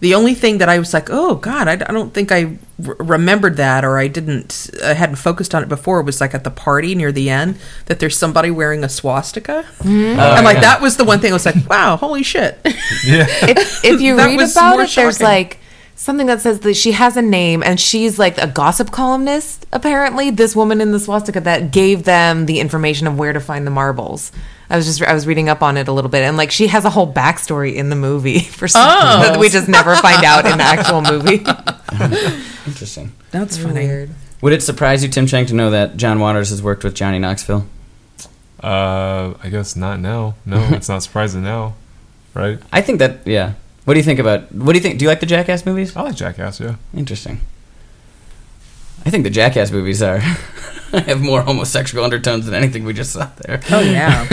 the only thing that I was like, oh God, I, d- I don't think I r- remembered that, or I didn't, I hadn't focused on it before. Was like at the party near the end that there's somebody wearing a swastika, and like that was the one thing I was like, wow, holy shit.
If if you
That
read
was
about
more
it, there's
shocking.
like something that says that she has a name and she's like a gossip columnist. Apparently, this woman in the swastika that gave them the information of where to find the marbles. I was just I was reading up on it a little bit, and like she has a whole backstory in the movie for something
Oh.
that we just never find out in the actual movie.
interesting
That's funny.
would it surprise you Tim Chang to know that John Waters has worked with Johnny Knoxville
Uh, I guess not now. No, it's not surprising now, right?
I think that yeah what do you think about what do you think do you like the Jackass movies
I like Jackass. Yeah.
interesting I think the Jackass movies are have more homosexual undertones than anything we just saw there
Oh yeah.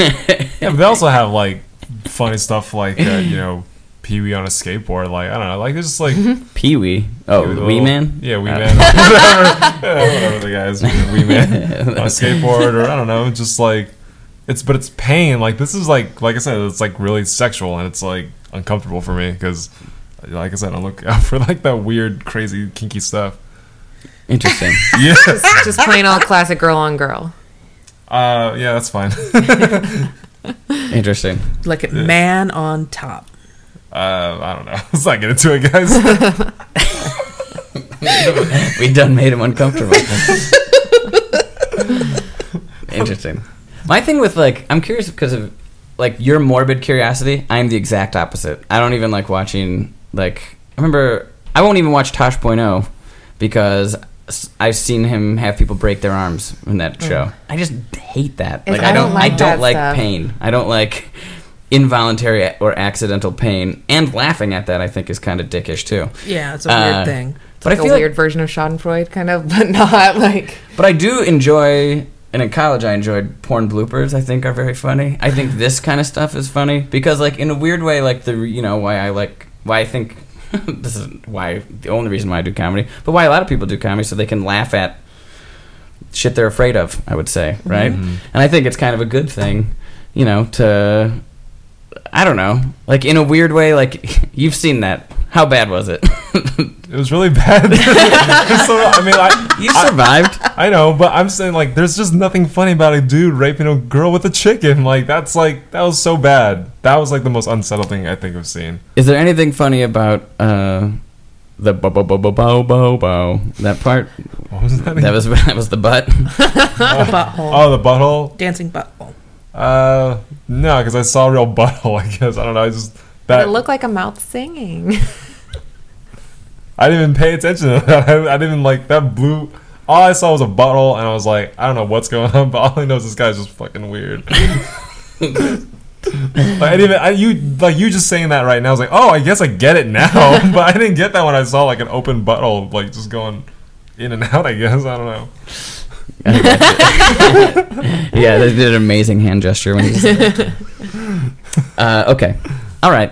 Yeah, but they also have like funny stuff like uh, you know Pee Wee on a skateboard. Like I don't know. Like it's just like
Pee Wee oh the Wee
little-
Man
Yeah, Wee
Uh,
Man. Whatever, yeah, whatever the guy is, Wee Man on a skateboard or I don't know. Just like it's, but it's pain. Like this is like like I said, it's like really sexual and it's like uncomfortable for me because. Like I said, I look out for like that weird, crazy, kinky stuff.
interesting
Yeah,
Just plain old classic girl on girl.
uh, yeah, that's fine.
interesting
like a man on top.
Uh, I don't know. Let's not get into it, guys.
We done made him uncomfortable. Interesting. My thing with like, I'm curious because of like your morbid curiosity. I'm the exact opposite. I don't even like watching like I remember I won't even watch Tosh Point oh because s- I've seen him have people break their arms in that show. I just hate that.
It's-
Like I don't I
like
don't
that
like
stuff.
pain. I don't like involuntary or accidental pain and laughing at that I think is kind of dickish too.
Yeah, it's a weird
Uh,
thing.
But
like
I
a
feel like-
weird version of Schadenfreude, kind of, but not like.
But I do enjoy, and in college I enjoyed porn bloopers. I think are very funny. I think this kind of stuff is funny because, like, in a weird way, like the you know why I like why I think this is why the only reason why I do comedy, but why a lot of people do comedy so they can laugh at shit they're afraid of. I would say, right? And I think it's kind of a good thing, you know, to I don't know, like in a weird way, like you've seen that. How bad was it?
It was really bad. so, I mean, I,
you survived.
I know, but I'm saying like, there's just nothing funny about a dude raping a girl with a chicken. Like that's like that was so bad. That was like the most unsettled thing I think I've seen.
Is there anything funny about uh, the bo bo bo bo bo bo bo that part?
What was that?
That
again?
was that was the butt.
butthole.
oh, the butthole.
Dancing butthole.
Uh, no, because I saw a real butthole. I guess I don't know. I just
But
that
it looked like a mouth singing.
I didn't even pay attention to that. I, I didn't like that blue. All I saw was a butthole, and I was like, I don't know what's going on, but all I know is this guy's just fucking weird. like, I didn't even, I, you like you just saying that right now. I was like, oh, I guess I get it now, but I didn't get that when I saw like an open butthole, like just going in and out. I guess I don't know.
yeah, they did an amazing hand gesture when you said it. Uh, okay, all right.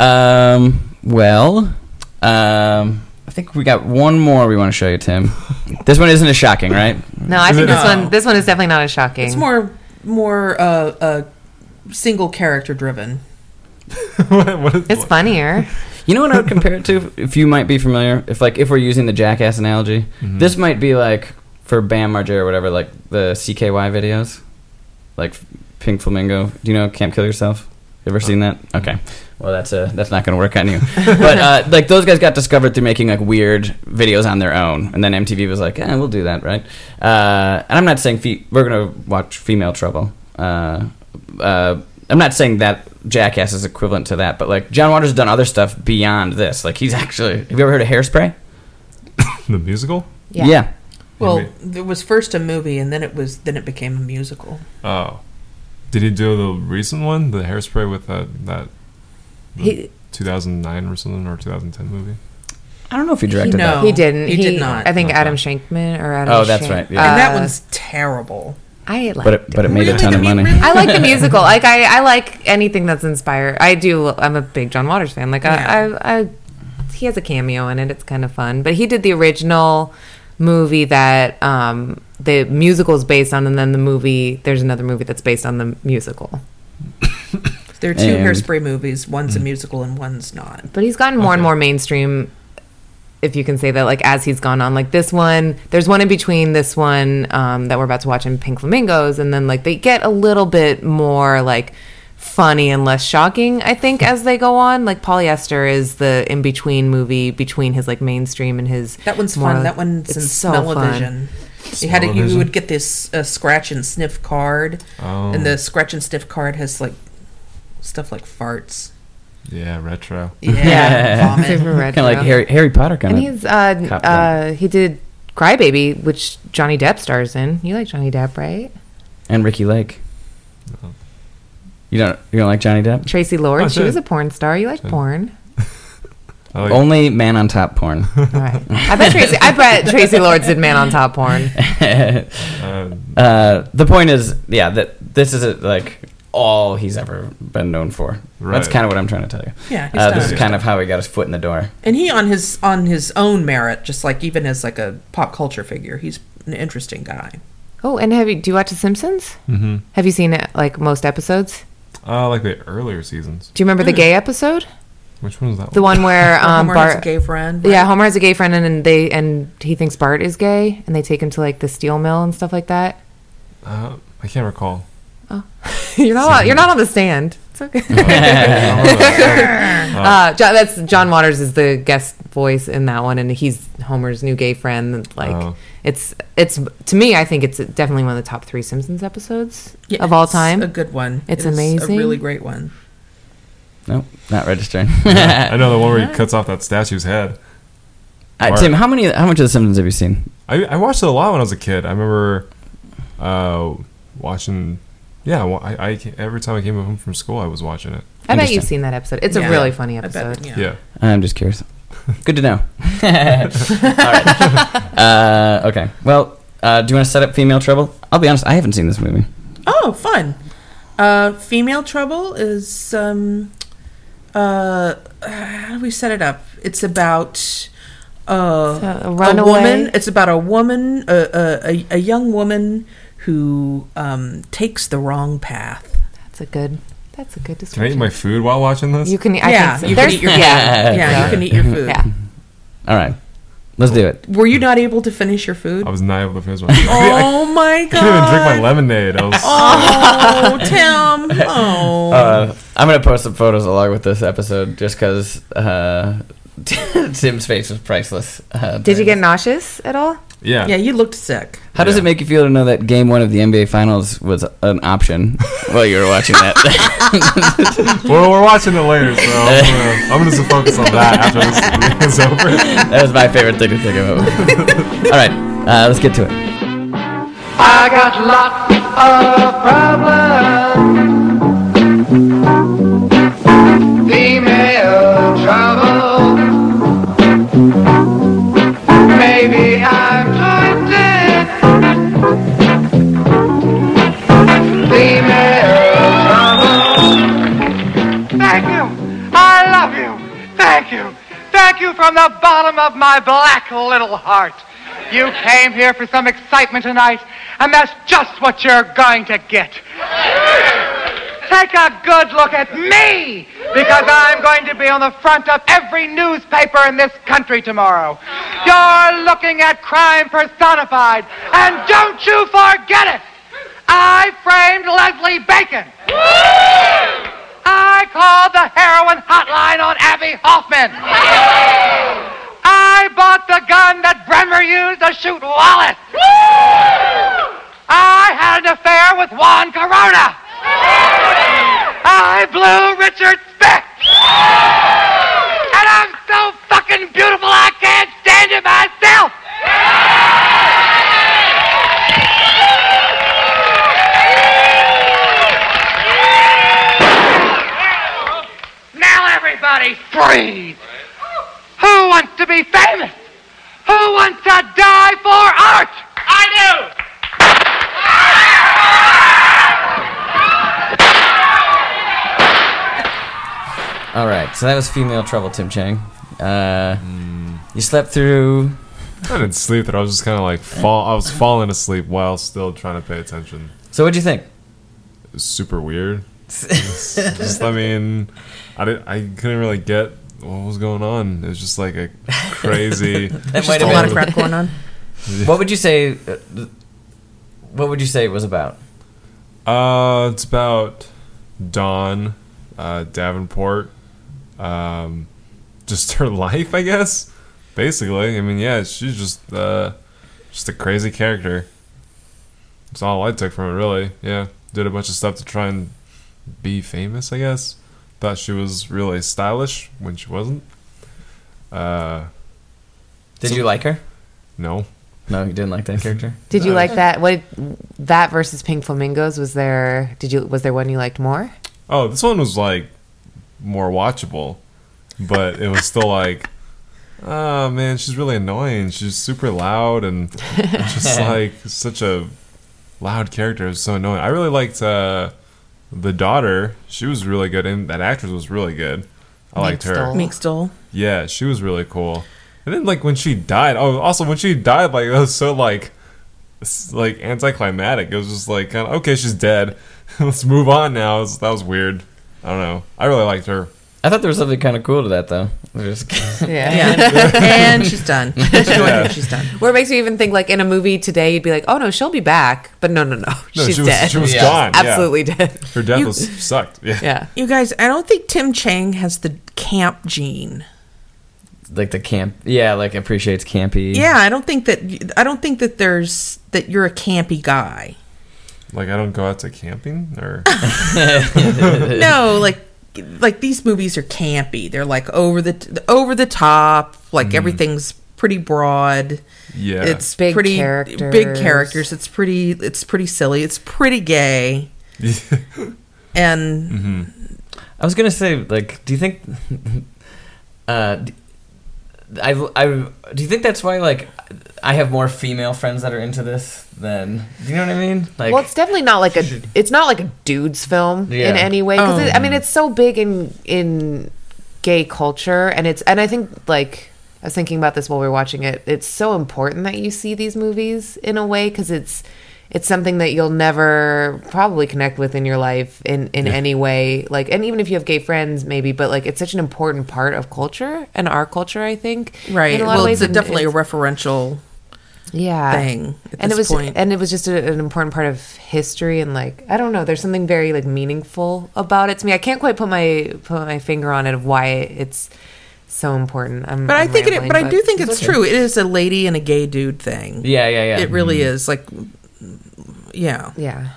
Um, well, um, I think we got one more we want to show you, Tim. This one isn't as shocking, right?
No, I think this
No.
one. This one is definitely not as shocking.
It's more more uh, uh, single character driven.
what, what is,
It's funnier.
You know what I would compare it to? If you might be familiar, if like if we're using the jackass analogy, this might be like for Bam Margera or whatever, like the CKY videos, like Pink Flamingo. Do you know Can't Kill Yourself? You ever seen that?
Uh-huh.
Okay. Well, that's uh that's not going to work on you. but uh, like those guys got discovered through making like weird videos on their own, and then MTV was like, "Eh, we'll do that, right?" Uh, and I'm not saying fe- we're going to watch Female Trouble. Uh, uh, I'm not saying that Jackass is equivalent to that, but like John Waters has done other stuff beyond this. Like he's actually. Have you ever heard of Hairspray?
the musical?
Yeah.
Well,
mean-
there was first a movie, and then it was then it became a musical.
Oh, did he do the recent one, the Hairspray with that that
He
2009 or something or 2010 movie?
I don't know if he directed
He- no.
that.
he didn't.
He did not.
I think
Okay.
Adam Shankman or Adam.
Oh, that's
Shank-
right, yeah.
and that
uh,
one's terrible.
I like.
But it, but it made a
Really?
ton
I
of
mean,
money.
really?
I like the musical. Like I, I like anything that's inspired. I do. I'm a big John Waters fan. Like
Yeah.
I, I, I, he has a cameo in it. It's kind of fun. But he did the original movie that um, the musical is based on, and then the movie. There's another movie that's based on the musical.
There are two
And- Mm.
hairspray movies. One's a musical, and one's not.
But he's gotten more and more mainstream, if you can say that. Like as he's gone on, like this one, there's one in between this one um, that we're about to watch in Pink Flamingos, and then like they get a little bit more like funny and less shocking. I think as they go on, like Polyester is the in between movie between his like mainstream and his
That one's
more-
fun. That one's
it's
in
so fun.
smell-o-vision. You had a, you
Smell-o-vision?
would get this uh, scratch and sniff card,
Oh,
and the scratch and sniff card has like stuff like farts.
yeah, retro.
Yeah,
Super
vomit.
Kind of like
retro.
Harry Harry Potter kind
And
of.
he's uh,
Cop
uh he did Crybaby, which Johnny Depp stars in. You like Johnny Depp, right?
and Ricky Lake.
Uh-huh.
You don't you don't like Johnny Depp?
Tracy Lord,
Oh,
she
sure.
was a porn star. You like porn?
I like-
Only man on top porn.
All right. I bet Tracy. I bet Tracy Lords did man on top porn.
uh,
Uh, the point is, yeah, that this is uh, like all he's ever been known for. That's
Right.
kind of what I'm trying to tell you.
Yeah, he's
uh,
done
this
it.
is kind of how he got his foot in the door.
And he on his on his own merit, just like even as like a pop culture figure, he's an interesting guy.
Oh, and have you? Do you watch The Simpsons?
mhm.
Have you seen it, like most episodes?
Uh, like the earlier seasons.
Do you remember the gay episode?
Which one was that?
The one where um,
Homer
Bart.
has a gay friend.
Yeah, Homer has a gay friend, and, and they and he thinks Bart is gay, and they take him to like the steel mill and stuff like that.
Uh, I can't recall.
you're not. You're not on the stand. It's okay. Uh, John, that's John Waters is the guest voice in that one, and he's Homer's new gay friend. Like,
Oh.
it's it's to me, I think it's definitely one of the top three Simpsons episodes
Yeah,
of all
it's
time.
A good one.
It's
It is
amazing.
A really great one.
Nope, not registering.
I know the one where he cuts off that statue's head.
Uh, Tim, how many? How much of The Simpsons have you seen?
I, I watched it a lot when I was a kid. I remember uh, watching. Yeah, wa- I, I ca- every time I came home from school, I was watching it.
I bet you've
Interesting.
seen that episode. It's
Yeah.
a really funny
I bet,
episode.
yeah.
Yeah,
I'm just curious. Good to know. All right. Uh, okay. Well, uh, do you want to set up Female Trouble? I'll be honest. I haven't seen this movie.
Oh, fun. Uh, female trouble is um, uh, how do we set it up? It's about uh,
It's a runaway.
woman. It's about a woman, a a, a, a young woman who um, takes the wrong path.
That's a good. That's a good
can I eat
description.
my food while watching this?
you can. I
yeah,
think so.
you can
There's-
eat your
yeah.
food. Yeah, you can eat your food.
Yeah.
All right. Let's do it.
Were you not able to finish your food?
I was not able to finish my. Food. I
Oh my god!
couldn't even drink my lemonade. I was.
Oh, Tim. Oh.
Uh, I'm gonna post some photos along with this episode just because uh, Tim's face was priceless. Uh,
Did you get
during
nauseous at all?
Yeah.
yeah, you looked sick.
How does
Yeah.
it make you feel to know that Game One of the NBA Finals was an option while you were watching that?
Well, we're watching it later, so I'm gonna, I'm gonna just focus on that after this is over.
that was my favorite thing to think of. All right, uh, let's get to it.
I got lots of problems. Female trouble. Maybe I'm twisted. Female trouble. Thank you. I love you. Thank you. Thank you from the bottom of my black little heart. You came here for some excitement tonight, and that's just what you're going to get. Take a good look at me, because I'm going to be on the front of every newspaper in this country tomorrow. You're looking at crime personified, and don't you forget it! I framed Leslie Bacon. I called the heroin hotline on Abby Hoffman. I bought the gun that Bremer used to shoot Wallace. I had an affair with Juan Corona. I blew Richard Speck. And I'm so fucking beautiful I can't stand it myself. Now everybody freeze. Who wants to be famous? Who wants to die for art? I do.
All right, so that was Female Trouble, Tim Chang. Uh, You slept through.
I didn't sleep. That I was just kind of like fall. I was falling asleep while still trying to pay attention.
So what'd you think?
It was super weird. It's just, I mean, I didn't, I couldn't really get what was going on. It was just like a crazy.
That
Just a lot of crap going on.
What would you say? uh, th- What would you say it was about?
Uh, it's about Dawn uh, Davenport. Um, just her life, I guess. Basically, I mean, yeah, she's just uh, just a crazy character. That's all I took from it, really. Yeah, did a bunch of stuff to try and be famous, I guess. Thought she was really stylish when she wasn't. Uh,
Did you like her?
no.
No, you didn't like that character.
Did you like that? What that versus Pink Flamingos was there? Did you was there one you liked more?
Oh, this one was like more watchable, but it was still like, oh man, she's really annoying. She's super loud and just like such a loud character. It was so annoying. I really liked uh, the daughter. She was really good, and that actress was really good. I liked her.
Stoll.
Meek Stoll.
Yeah, she was really cool. And then like when she died, oh, also when she died, like that was so like, s- like anticlimactic. It was just like kind of okay, she's dead. Let's move on now. It was- that was weird. I don't know. I really liked her.
I thought there was something kind of cool to that, though. Just-
Yeah.
Yeah. and she's done. She's doing
Yeah.
it, She's done.
Where it makes you even think like in a movie today, you'd be like, oh no, she'll be back, but no, no, no,
No,
she's
she was
dead.
she was
Yeah.
gone. yeah.
Absolutely dead.
her death
You-
was sucked. Yeah.
Yeah.
You guys, I don't think Tim Chang has the camp gene.
like the camp. Yeah, like appreciates campy.
Yeah, I don't think that I don't think that there's that you're a campy guy.
Like I don't go out to camping or Uh-uh.
no, like like these movies are campy. They're like over the t- over the top.
Mm.
Like everything's pretty broad.
yeah.
It's
Big
pretty
characters.
big characters. It's pretty it's pretty silly. It's pretty gay. and
Mm-hmm. I was gonna say, like, do you think? Uh, d- I've, I've, do you think that's why like I have more female friends that are into this than do you know what I mean? Like,
well, it's definitely not like a it's not like a dude's film
Yeah.
in any way because
Oh.
I mean it's so big in in gay culture and it's and I think like I was thinking about this while we were watching it. It's so important that you see these movies in a way because it's it's something that you'll never probably connect with in your life in in any way like and even if you have gay friends maybe but like it's such an important part of culture and our culture i think
right,
in a lot
well,
of ways
it's
and
definitely
it's-
a referential.
yeah
thing at
and
this
it was
point.
and it was just a, an important part of history and like i don't know there's something very like meaningful about it to me i can't quite put my put my finger on it of why it's so important I'm,
But i
I'm
think it,
rambling,
but I do think it's
okay.
true. It is a lady and a gay dude thing.
yeah, yeah, yeah. Mm-hmm.
It really is like, yeah.
yeah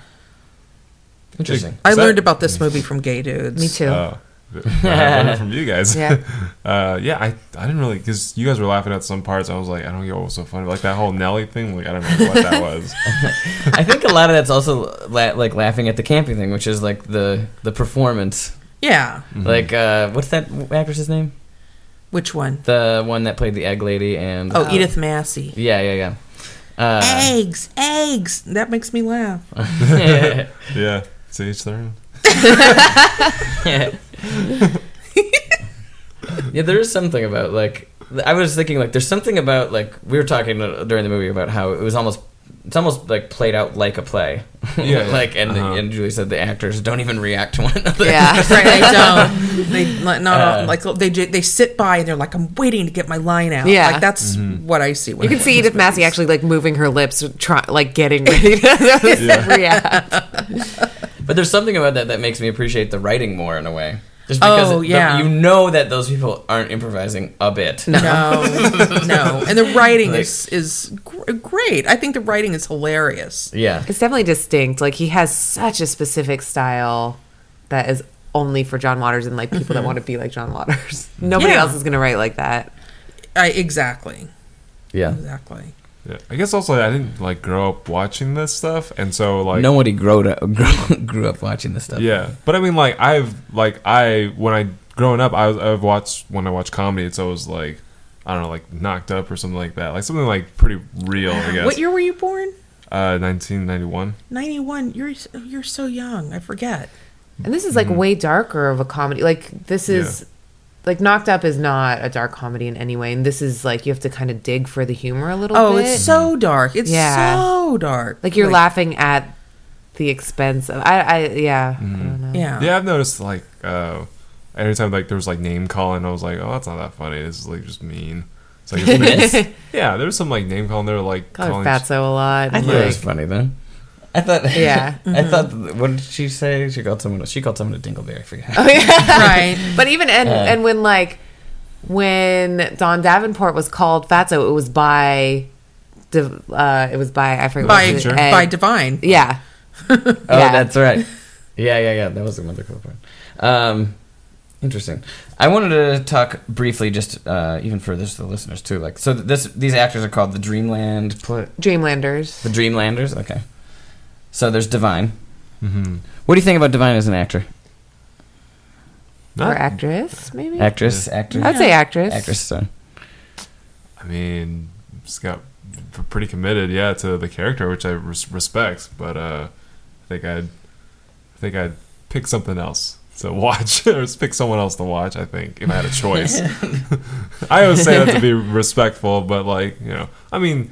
Interesting.
I
Is that-
learned about this movie from gay dudes.
me too
Oh, I learned it from you guys.
Yeah.
uh, yeah. I, I didn't really because you guys were laughing at some parts. I was like, I don't get what was so funny. Like that whole Nelly thing. Like I don't know what that was.
I think a lot of that's also la- like laughing at the camping thing, which is like the the performance.
Yeah.
Like, uh, what's that actress's name?
Which one?
The one that played the egg lady and uh,
Oh, Edith Massey.
yeah, yeah, yeah. Uh,
eggs, eggs. That makes me laugh.
yeah. To each their own.
Yeah, there is something about like I was thinking like there's something about like we were talking uh, during the movie about how it was almost it's almost like played out like a play.
Yeah, yeah.
like and
Uh-huh.
and Julie said the actors don't even react to one another.
yeah
Right, they don't. They like, not all- like they ju- they sit by and they're like, I'm waiting to get my line out.
Yeah.
like that's what I see. When
you can
I
see
watch
edith
these movies.
massey actually like moving her lips try, like getting ready to yeah.
But there's something about that that makes me appreciate the writing more in a way. Just because
Oh,
the-
yeah.
you know that those people aren't improvising a bit.
No, Um, no, and the writing is is gr- great. I think the writing is hilarious.
Yeah.
it's definitely distinct like he has such a specific style that is only for john waters and like people that want to be like john waters nobody
Mm-hmm. Yeah.
else is gonna write like that
I, exactly,
Yeah.
exactly.
Yeah. I guess also I didn't like grow up watching this stuff, and so like
Nobody grew up, grew, grew up watching this stuff.
Yeah, but I mean, like I've like I when I growing up, I was, I've watched when I watched comedy, it's always like I don't know, like knocked up or something like that, like something like pretty real. I guess.
What year were you born?
Uh, nineteen ninety one.
Ninety one. You're s- you're so young. I forget.
And this is
Mm-hmm.
like way darker of a comedy. Like this is
Yeah.
like Knocked Up is not a dark comedy in any way, and this is like you have to kind of dig for the humor a little
Oh,
bit.
it's so dark. It's
Yeah.
so dark.
like you're laughing at the expense of I I yeah.
Mm-hmm.
I don't know.
Yeah.
Yeah, I've noticed like uh, every time like there was like name calling, I was like, oh, that's not that funny. It's like just mean. It's like it's mean. yeah, there was some like name calling. They were like
Call her
calling.
fatso a lot.
I
and,
thought it was
Like,
funny though. I thought,
Yeah. mm-hmm.
I thought. What did she say? She called someone. She called someone a dingleberry. I forget.
Oh,
right.
but even and and when like when Don Davenport was called fatso, it was by Div- uh, it was by I forget what
By
his
Sure.
name-
by divine.
yeah.
Oh,
Yeah.
that's right. Yeah, yeah, yeah. That was another cool part. Um, interesting. I wanted to talk briefly, just uh, even for this the listeners too. Like, so this these actors are called the Dreamland, pl-
Dreamlanders.
the Dreamlanders. Okay. So there's Divine.
Mm-hmm.
What do you think about Divine as an actor,
Or
Not,
actress, maybe?
actress, actor,
I'd say actress.
actress? So.
I mean, just got p- pretty committed, yeah, to the character, which I res- respect. But uh, I think I'd, I think I'd pick something else to watch, or just pick someone else to watch. I think if I had a choice, I always say that to be respectful, but like you know, I mean,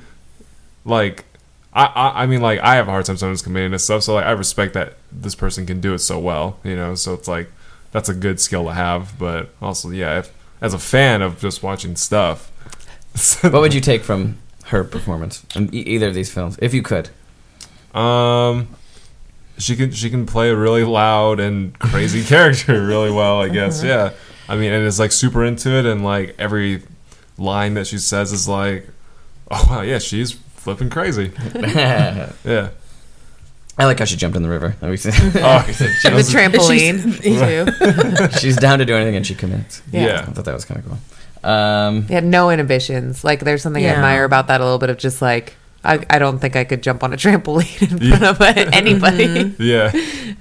like. I, I, I mean like I have a hard time sometimes committing to stuff so like I respect that this person can do it so well you know so it's like that's a good skill to have but also yeah if, as a fan of just watching stuff
What would you take from her performance in e- either of these films, if you could?
Um, she can she can play a really loud and
Uh-huh.
crazy character really well, I guess. Yeah, I mean, and is like super into it, and like every line that she says is like, "Oh wow, yeah, she's flipping crazy."
I
Yeah.
like how she jumped in the river. Like we said.
Oh,
The trampoline.
E
too.
She's down to do anything and she commits.
yeah.
I thought that was kind of cool. Um,
He had no inhibitions. Like there's something I
Yeah.
admire about that a little bit of just like I, I don't think I could jump on a trampoline in front of anybody.
Mm-hmm.
Yeah.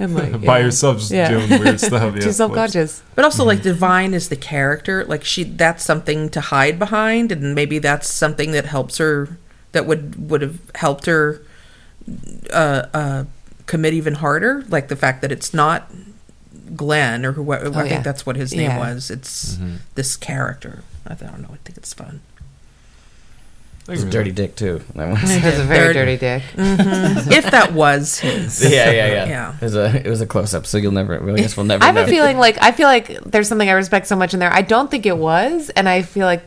I'm like
By
yeah.
yourself, just
Yeah.
doing weird stuff. Yeah.
Too self-conscious.
But also, like
Mm-hmm.
Divine is the character. Like she, that's something to hide behind, and maybe that's something that helps her. That would would have helped her uh, uh, commit even harder. Like the fact that it's not Glenn or who I
Oh, yeah.
think that's what his name
Yeah.
was. It's
Mm-hmm.
this character. I don't know. I think it's fun.
He's a dirty dick too. That one.
He Mm-hmm. has a very
They're-
dirty dick.
if that was his.
yeah, yeah, yeah.
Yeah.
It was a it was a close up, so you'll never. Well, I guess we'll never.
I have
know.
a feeling like I feel like there's something I respect so much in there. I don't think it was, and I feel like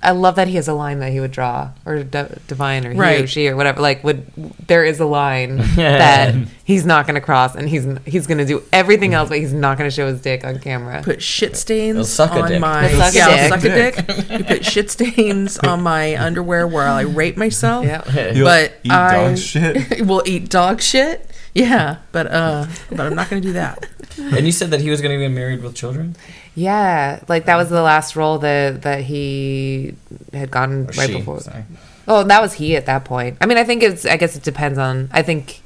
I love that he has a line that he would draw or d- divine or he or
Right.
she or whatever. Like would there is a line that he's not going to cross, and he's he's going to do everything else, but he's not going to show his dick on camera.
put shit
It'll
stains
suck a
on
dick.
my
It'll suck a
yeah,
dick.
I'll suck a dick. you put shit stains on my underwear where I rape myself.
Yeah.
You'll
But
eat
I-
dog shit.
we'll eat dog shit. Yeah, but uh, but I'm not gonna do that.
And you said that he was going to get married with children.
Yeah, like that was the last role that that he had gotten
Or
right
she,
before.
sorry.
Oh, that was he at that point. I mean, I think it's. I guess it depends on. I think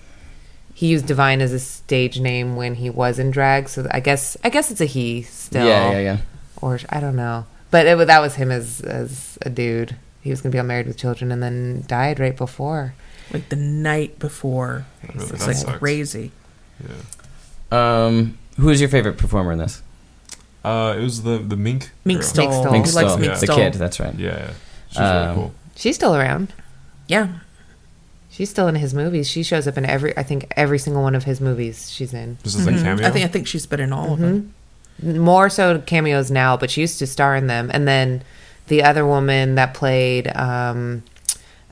he used Divine as a stage name when he was in drag. So I guess. I guess it's a he still.
Yeah, yeah, yeah.
Or I don't know, but it, wa- that was him as as a dude. He was gonna be on Married with Children and then died right before.
Like the night before,
Really,
it's
that
like
sucks.
crazy.
Um, who is your favorite performer in this?
Uh, it was the the mink.
Mink
girl.
stole.
Mink
He likes
Stoll,
mink
the
stole.
kid. That's right.
Yeah, yeah. She's
Um,
really cool.
She's still around.
Yeah,
She's still in his movies. She shows up in every. I think every single one of his movies she's in.
Just as a cameo.
mm-hmm. I think I think she's been in all of them.
more so cameos now, but she used to star in them. And then the other woman that played um,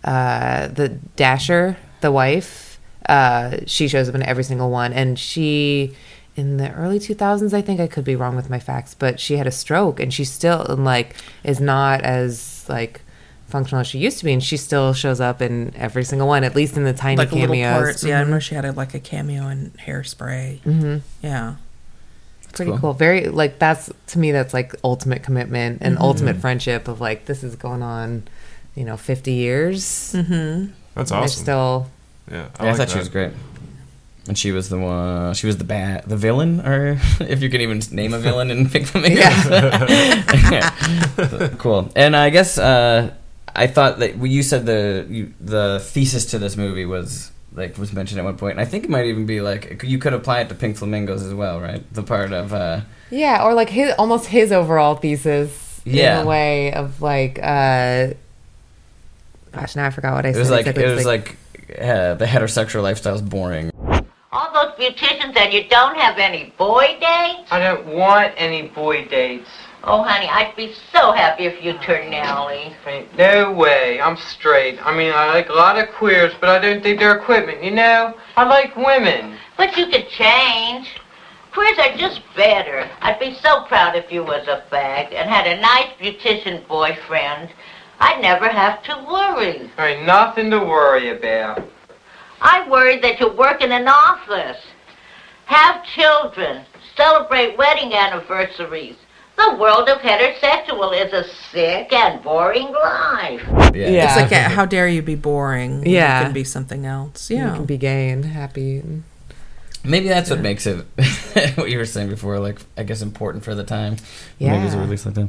uh, the Dasher, the wife, uh, she shows up in every single one. And she, in the early 2000s, I think I could be wrong with my facts, but she had a stroke and she still and like is not as like functional as she used to be, and she still shows up in every single one, at least in the tiny
Like little
cameos.
parts. Yeah, I know she had a, like a cameo in Hairspray. Yeah,
pretty cool. Very like that's to me that's like ultimate commitment and
Mm-hmm.
ultimate friendship of like this is going on, you know, fifty years.
That's
They're
awesome.
still
yeah,
I,
I, like
thought
that.
she was great. And she was the one. She was the bad, the villain, or if you can even name a villain in Pink Flamingos. cool. And I guess uh, I thought that well, you said the you, the thesis to this movie was like was mentioned at one point, and I think it might even be like you could apply it to Pink Flamingos as well, right? The part of uh,
yeah, or like his almost his overall thesis
Yeah.
in a way of like, uh, gosh, now I forgot what I
it
said.
was like it
exactly. It's
was like uh, the heterosexual lifestyle is boring.
All those beauticians and you don't have any boy dates?
I don't want any boy dates.
Oh, honey, I'd be so happy if you turned Nellie.
No way. I'm straight. I mean, I like a lot of queers, but I don't think they're equipment. You know, I like women.
But you could change. Queers are just better. I'd be so proud if you was a fag and had a nice beautician boyfriend. I'd never have to worry.
There ain't nothing to worry about.
I worried that you work in an office, have children, celebrate wedding anniversaries. The world of heterosexual is a sick and boring life.
Yeah.
it's like how dare you be boring? when
Yeah.
you can be something else.
you
Yeah,
can be gay and happy. and-
Maybe that's what makes it what you were saying before, like I guess important for the time.
Yeah.
Maybe it's released like that.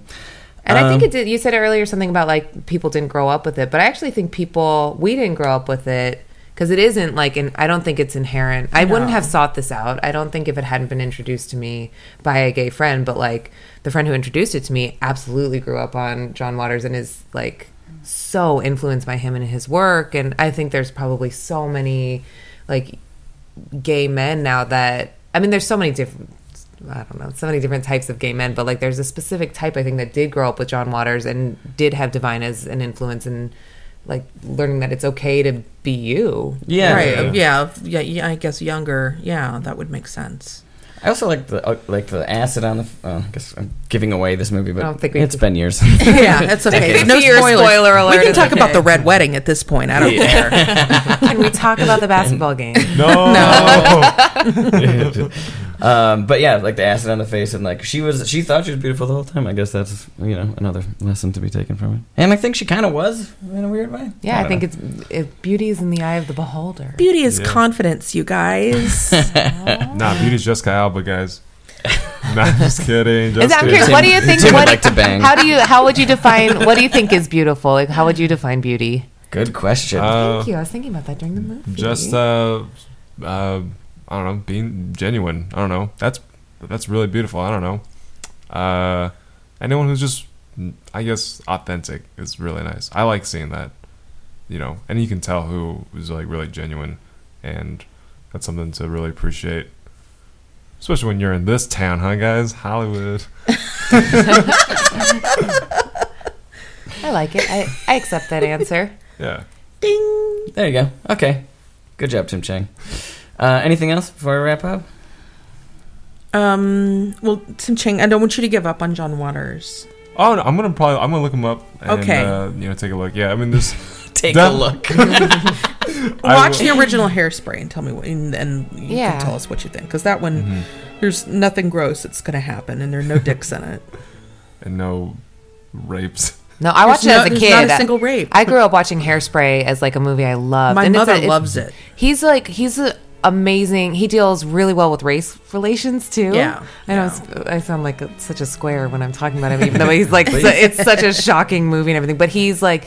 And I think
Um,
it did. You said earlier something about like people didn't grow up with it, but I actually think people we didn't grow up with it because it isn't like and I don't think it's inherent. I wouldn't have sought this out. I don't think if it hadn't been introduced to me by a gay friend, but like the friend who introduced it to me absolutely grew up on John Waters and is like so influenced by him and his work. And I think there's probably so many like gay men now that I mean, there's so many different. I don't know, so many different types of gay men, but like there's a specific type I think that did grow up with John Waters and did have Divine as an influence and like learning that it's okay to be you.
Yeah.
right. Yeah. yeah, yeah. I guess younger. Yeah, that would make sense.
I also like the uh, like the acid on the. Oh, I guess I'm giving away this movie, but
I don't think we
it's been years.
Yeah, that's okay. No
Your
spoilers.
spoiler alert
We can
is
talk about
okay.
the red wedding at this point. I don't care.
Can we talk about the basketball game?
No.
um, but yeah, like the acid on the face, and like she was, she thought she was beautiful the whole time. I guess that's you know another lesson to be taken from it. And I think she kind of was in a weird way.
Yeah, I,
don't
think
know.
it's it, beauty is in the eye of the beholder.
Beauty is confidence, you guys.
Nah, beauty's Jessica Alba, guys. Nah, just kidding.
Is
Just
that, I'm
kidding.
curious. What do you think?
Tim would
what,
like to bang.
How do you? How would you define? What do you think is beautiful? Like, how would you define beauty?
good question.
Uh,
Thank you. I was thinking about that during the movie.
just uh, uh, I don't know, being genuine. I don't know. That's that's really beautiful. I don't know. Uh, anyone who's just, I guess, authentic is really nice. I like seeing that. You know, and you can tell who is like really genuine, and that's something to really appreciate. Especially when you're in this town, huh, guys? Hollywood.
I like it. I, I accept that answer.
Yeah.
there you go. Okay, good job, Tim Chang. Uh, anything else before we wrap up?
Um, well, Tim Chang, I don't want you to give up on John Waters.
Oh, no, I'm gonna probably I'm gonna look him up. And,
Okay.
Uh, you know, take a look. Yeah, I mean, this.
Take
That-
a look.
I
Watch
will-
the original Hairspray and tell me what, and, and you
Yeah.
can tell us what you think. Because that one,
Mm-hmm.
there's nothing gross that's going to happen, and there are no dicks in it.
and no rapes.
No, I watched
no-
it as a
there's
kid.
not a single rape.
I grew up watching Hairspray as like a movie I loved.
My
And it's
mother
a-
loves it.
He's like he's a amazing. He deals really well with race relations too.
Yeah,
I know. it's- I sound like a- such a square when I'm talking about him, even though he's like su- it's such a shocking movie and everything. But he's like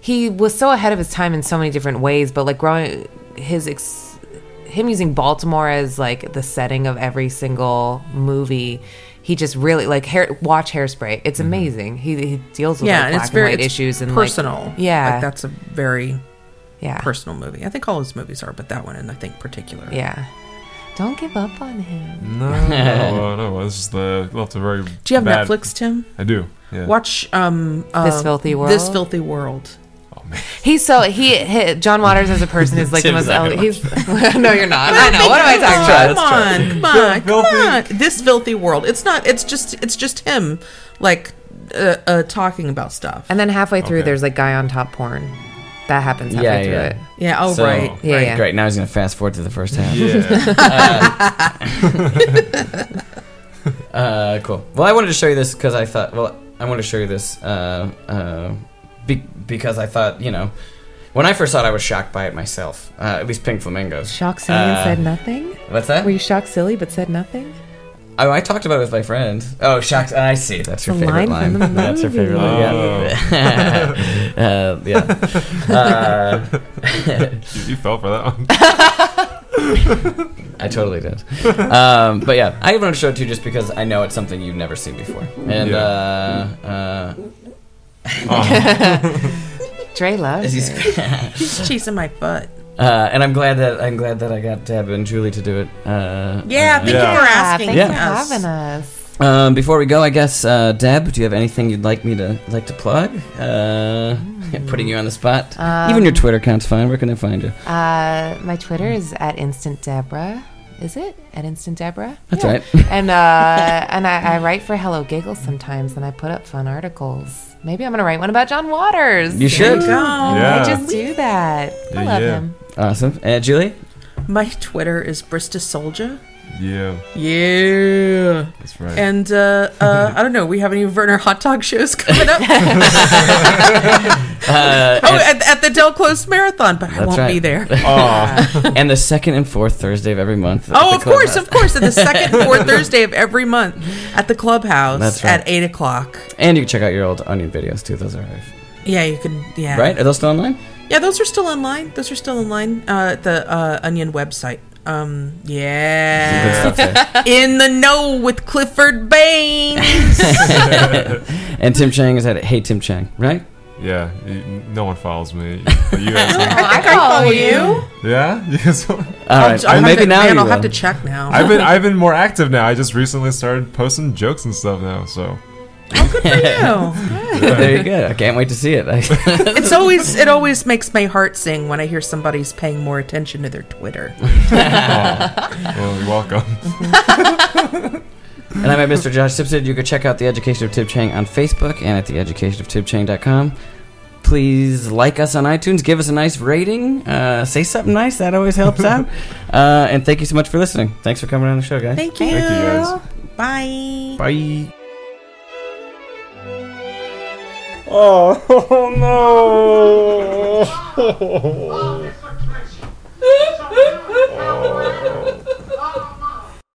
he was so ahead of his time in so many different ways. But like growing his ex, him using Baltimore as like the setting of every single movie. He just really like hair, watch Hairspray. It's amazing. He, he deals with
Mm-hmm. yeah,
like,
and
black
it's very
and white
it's
issues and like-
personal.
yeah,
like that's a very
yeah,
personal movie. I think all his movies are, but that one, and I think particular.
yeah. Don't give up on him.
No, no, no. This is the left a very.
Do you have
bad-
Netflix, Tim?
I do. Yeah.
Watch um uh,
This Filthy World?
This filthy world.
Oh man.
He's so he, he John Waters as a person is like the
Tim's
most.
not
ele-
gonna
he's no, you're not. I know. What am I talking about?
Oh,
try,
Come
let's try.
on, come on, come
filthy-
on. This filthy world. It's not. It's just. It's just him, like, uh, uh talking about stuff.
And then halfway through,
Okay.
there's like guy on top porn. That happens halfway
Yeah,
through
yeah.
it.
Yeah. Oh
So-
right.
Yeah,
right.
yeah.
Great. Now he's gonna fast forward to the first half.
Yeah.
Uh, cool. Well, I wanted to show you this because I thought. Well, I wanted to show you this uh, uh, be- because I thought you know. When I first saw it, I was shocked by it myself. Uh, at least Pink Flamingos.
Shocked silly
Uh,
and said nothing.
What's that?
Were you shocked silly but said nothing?
Oh, I talked about it with my friend. Oh, shocked. I see. That's your
The
favorite
line
line.
from the
That's your
movie.
favorite line. Yeah. uh, yeah. Uh,
you, you fell for that one.
I totally did. Um, but yeah, I wanted to show it to you just because I know it's something you've never seen before. And
Yeah.
uh, uh,
Dre loves.
as
it.
you
He's chasing my butt.
Uh, and I'm glad that I'm glad that I got Deb and Julie to do it. Uh,
Yeah. Thank
Yeah.
you for
Ah,
asking.
thank you for
us.
having us.
uh, um, before we go, I guess uh, Deb, do you have anything you'd like me to like to plug? Uh,
Hmm.
putting you on the spot.
Um,
Even your Twitter account's fine. Where can I find you?
Uh, my Twitter is at Instant Deborah. Is it at Instant Deborah?
That's right.
and uh, and I, I write for Hello Giggles sometimes, and I put up fun articles. Maybe I'm gonna write one about John Waters.
You should.
Go.
Yeah.
I just do that. I
Yeah,
love
yeah.
him.
Awesome. Uh, Julie.
My Twitter is Brista Soldier.
Yeah.
Yeah.
That's right.
And uh, uh, I don't know. We have any Werner hot dog shows coming up.
Uh,
oh, at, at the Del Close Marathon, but I
That's
won't
right.
be there.
Oh.
uh,
Aw.
and the second and fourth Thursday of every month. at
Oh,
the
of course,
clubhouse.
of course. At the second and fourth Thursday of every month at the clubhouse
That's right.
at eight o'clock.
And you can check out your old Onion videos too. Those are
Yeah, you can. Yeah,
right. Are those still online?
Yeah, those are still online. Those are still online. Uh, at the uh, Onion website. Um,
Good
yeah,
stuff there.
in the know with Clifford Baines.
and Tim Chang is at Hey Tim Chang, right?
yeah. You, no one follows me. But you guys.
I
follow you.
yeah. You guys-
All right.
I'll
Well,
have
maybe
to,
now
man,
you
I'll have
will.
to check now.
I've been I've been more active now. I just recently started posting jokes and stuff now. So
No.
there you go. I can't wait to see it.
It's always it always makes my heart sing when I hear somebody's paying more attention to their Twitter.
Oh. Well, you're welcome.
and I met Mr. Josh Simpson. You can check out The Education of Tib Chang on Facebook and at theeducationoftibchang.com. Please like us on iTunes. Give us a nice rating. Uh, say something nice. That always helps out. Uh, and thank you so much for listening. Thanks for coming on the show, guys.
Thank you.
Thank
Bye.
you, guys.
Bye.
Oh, no.
Oh,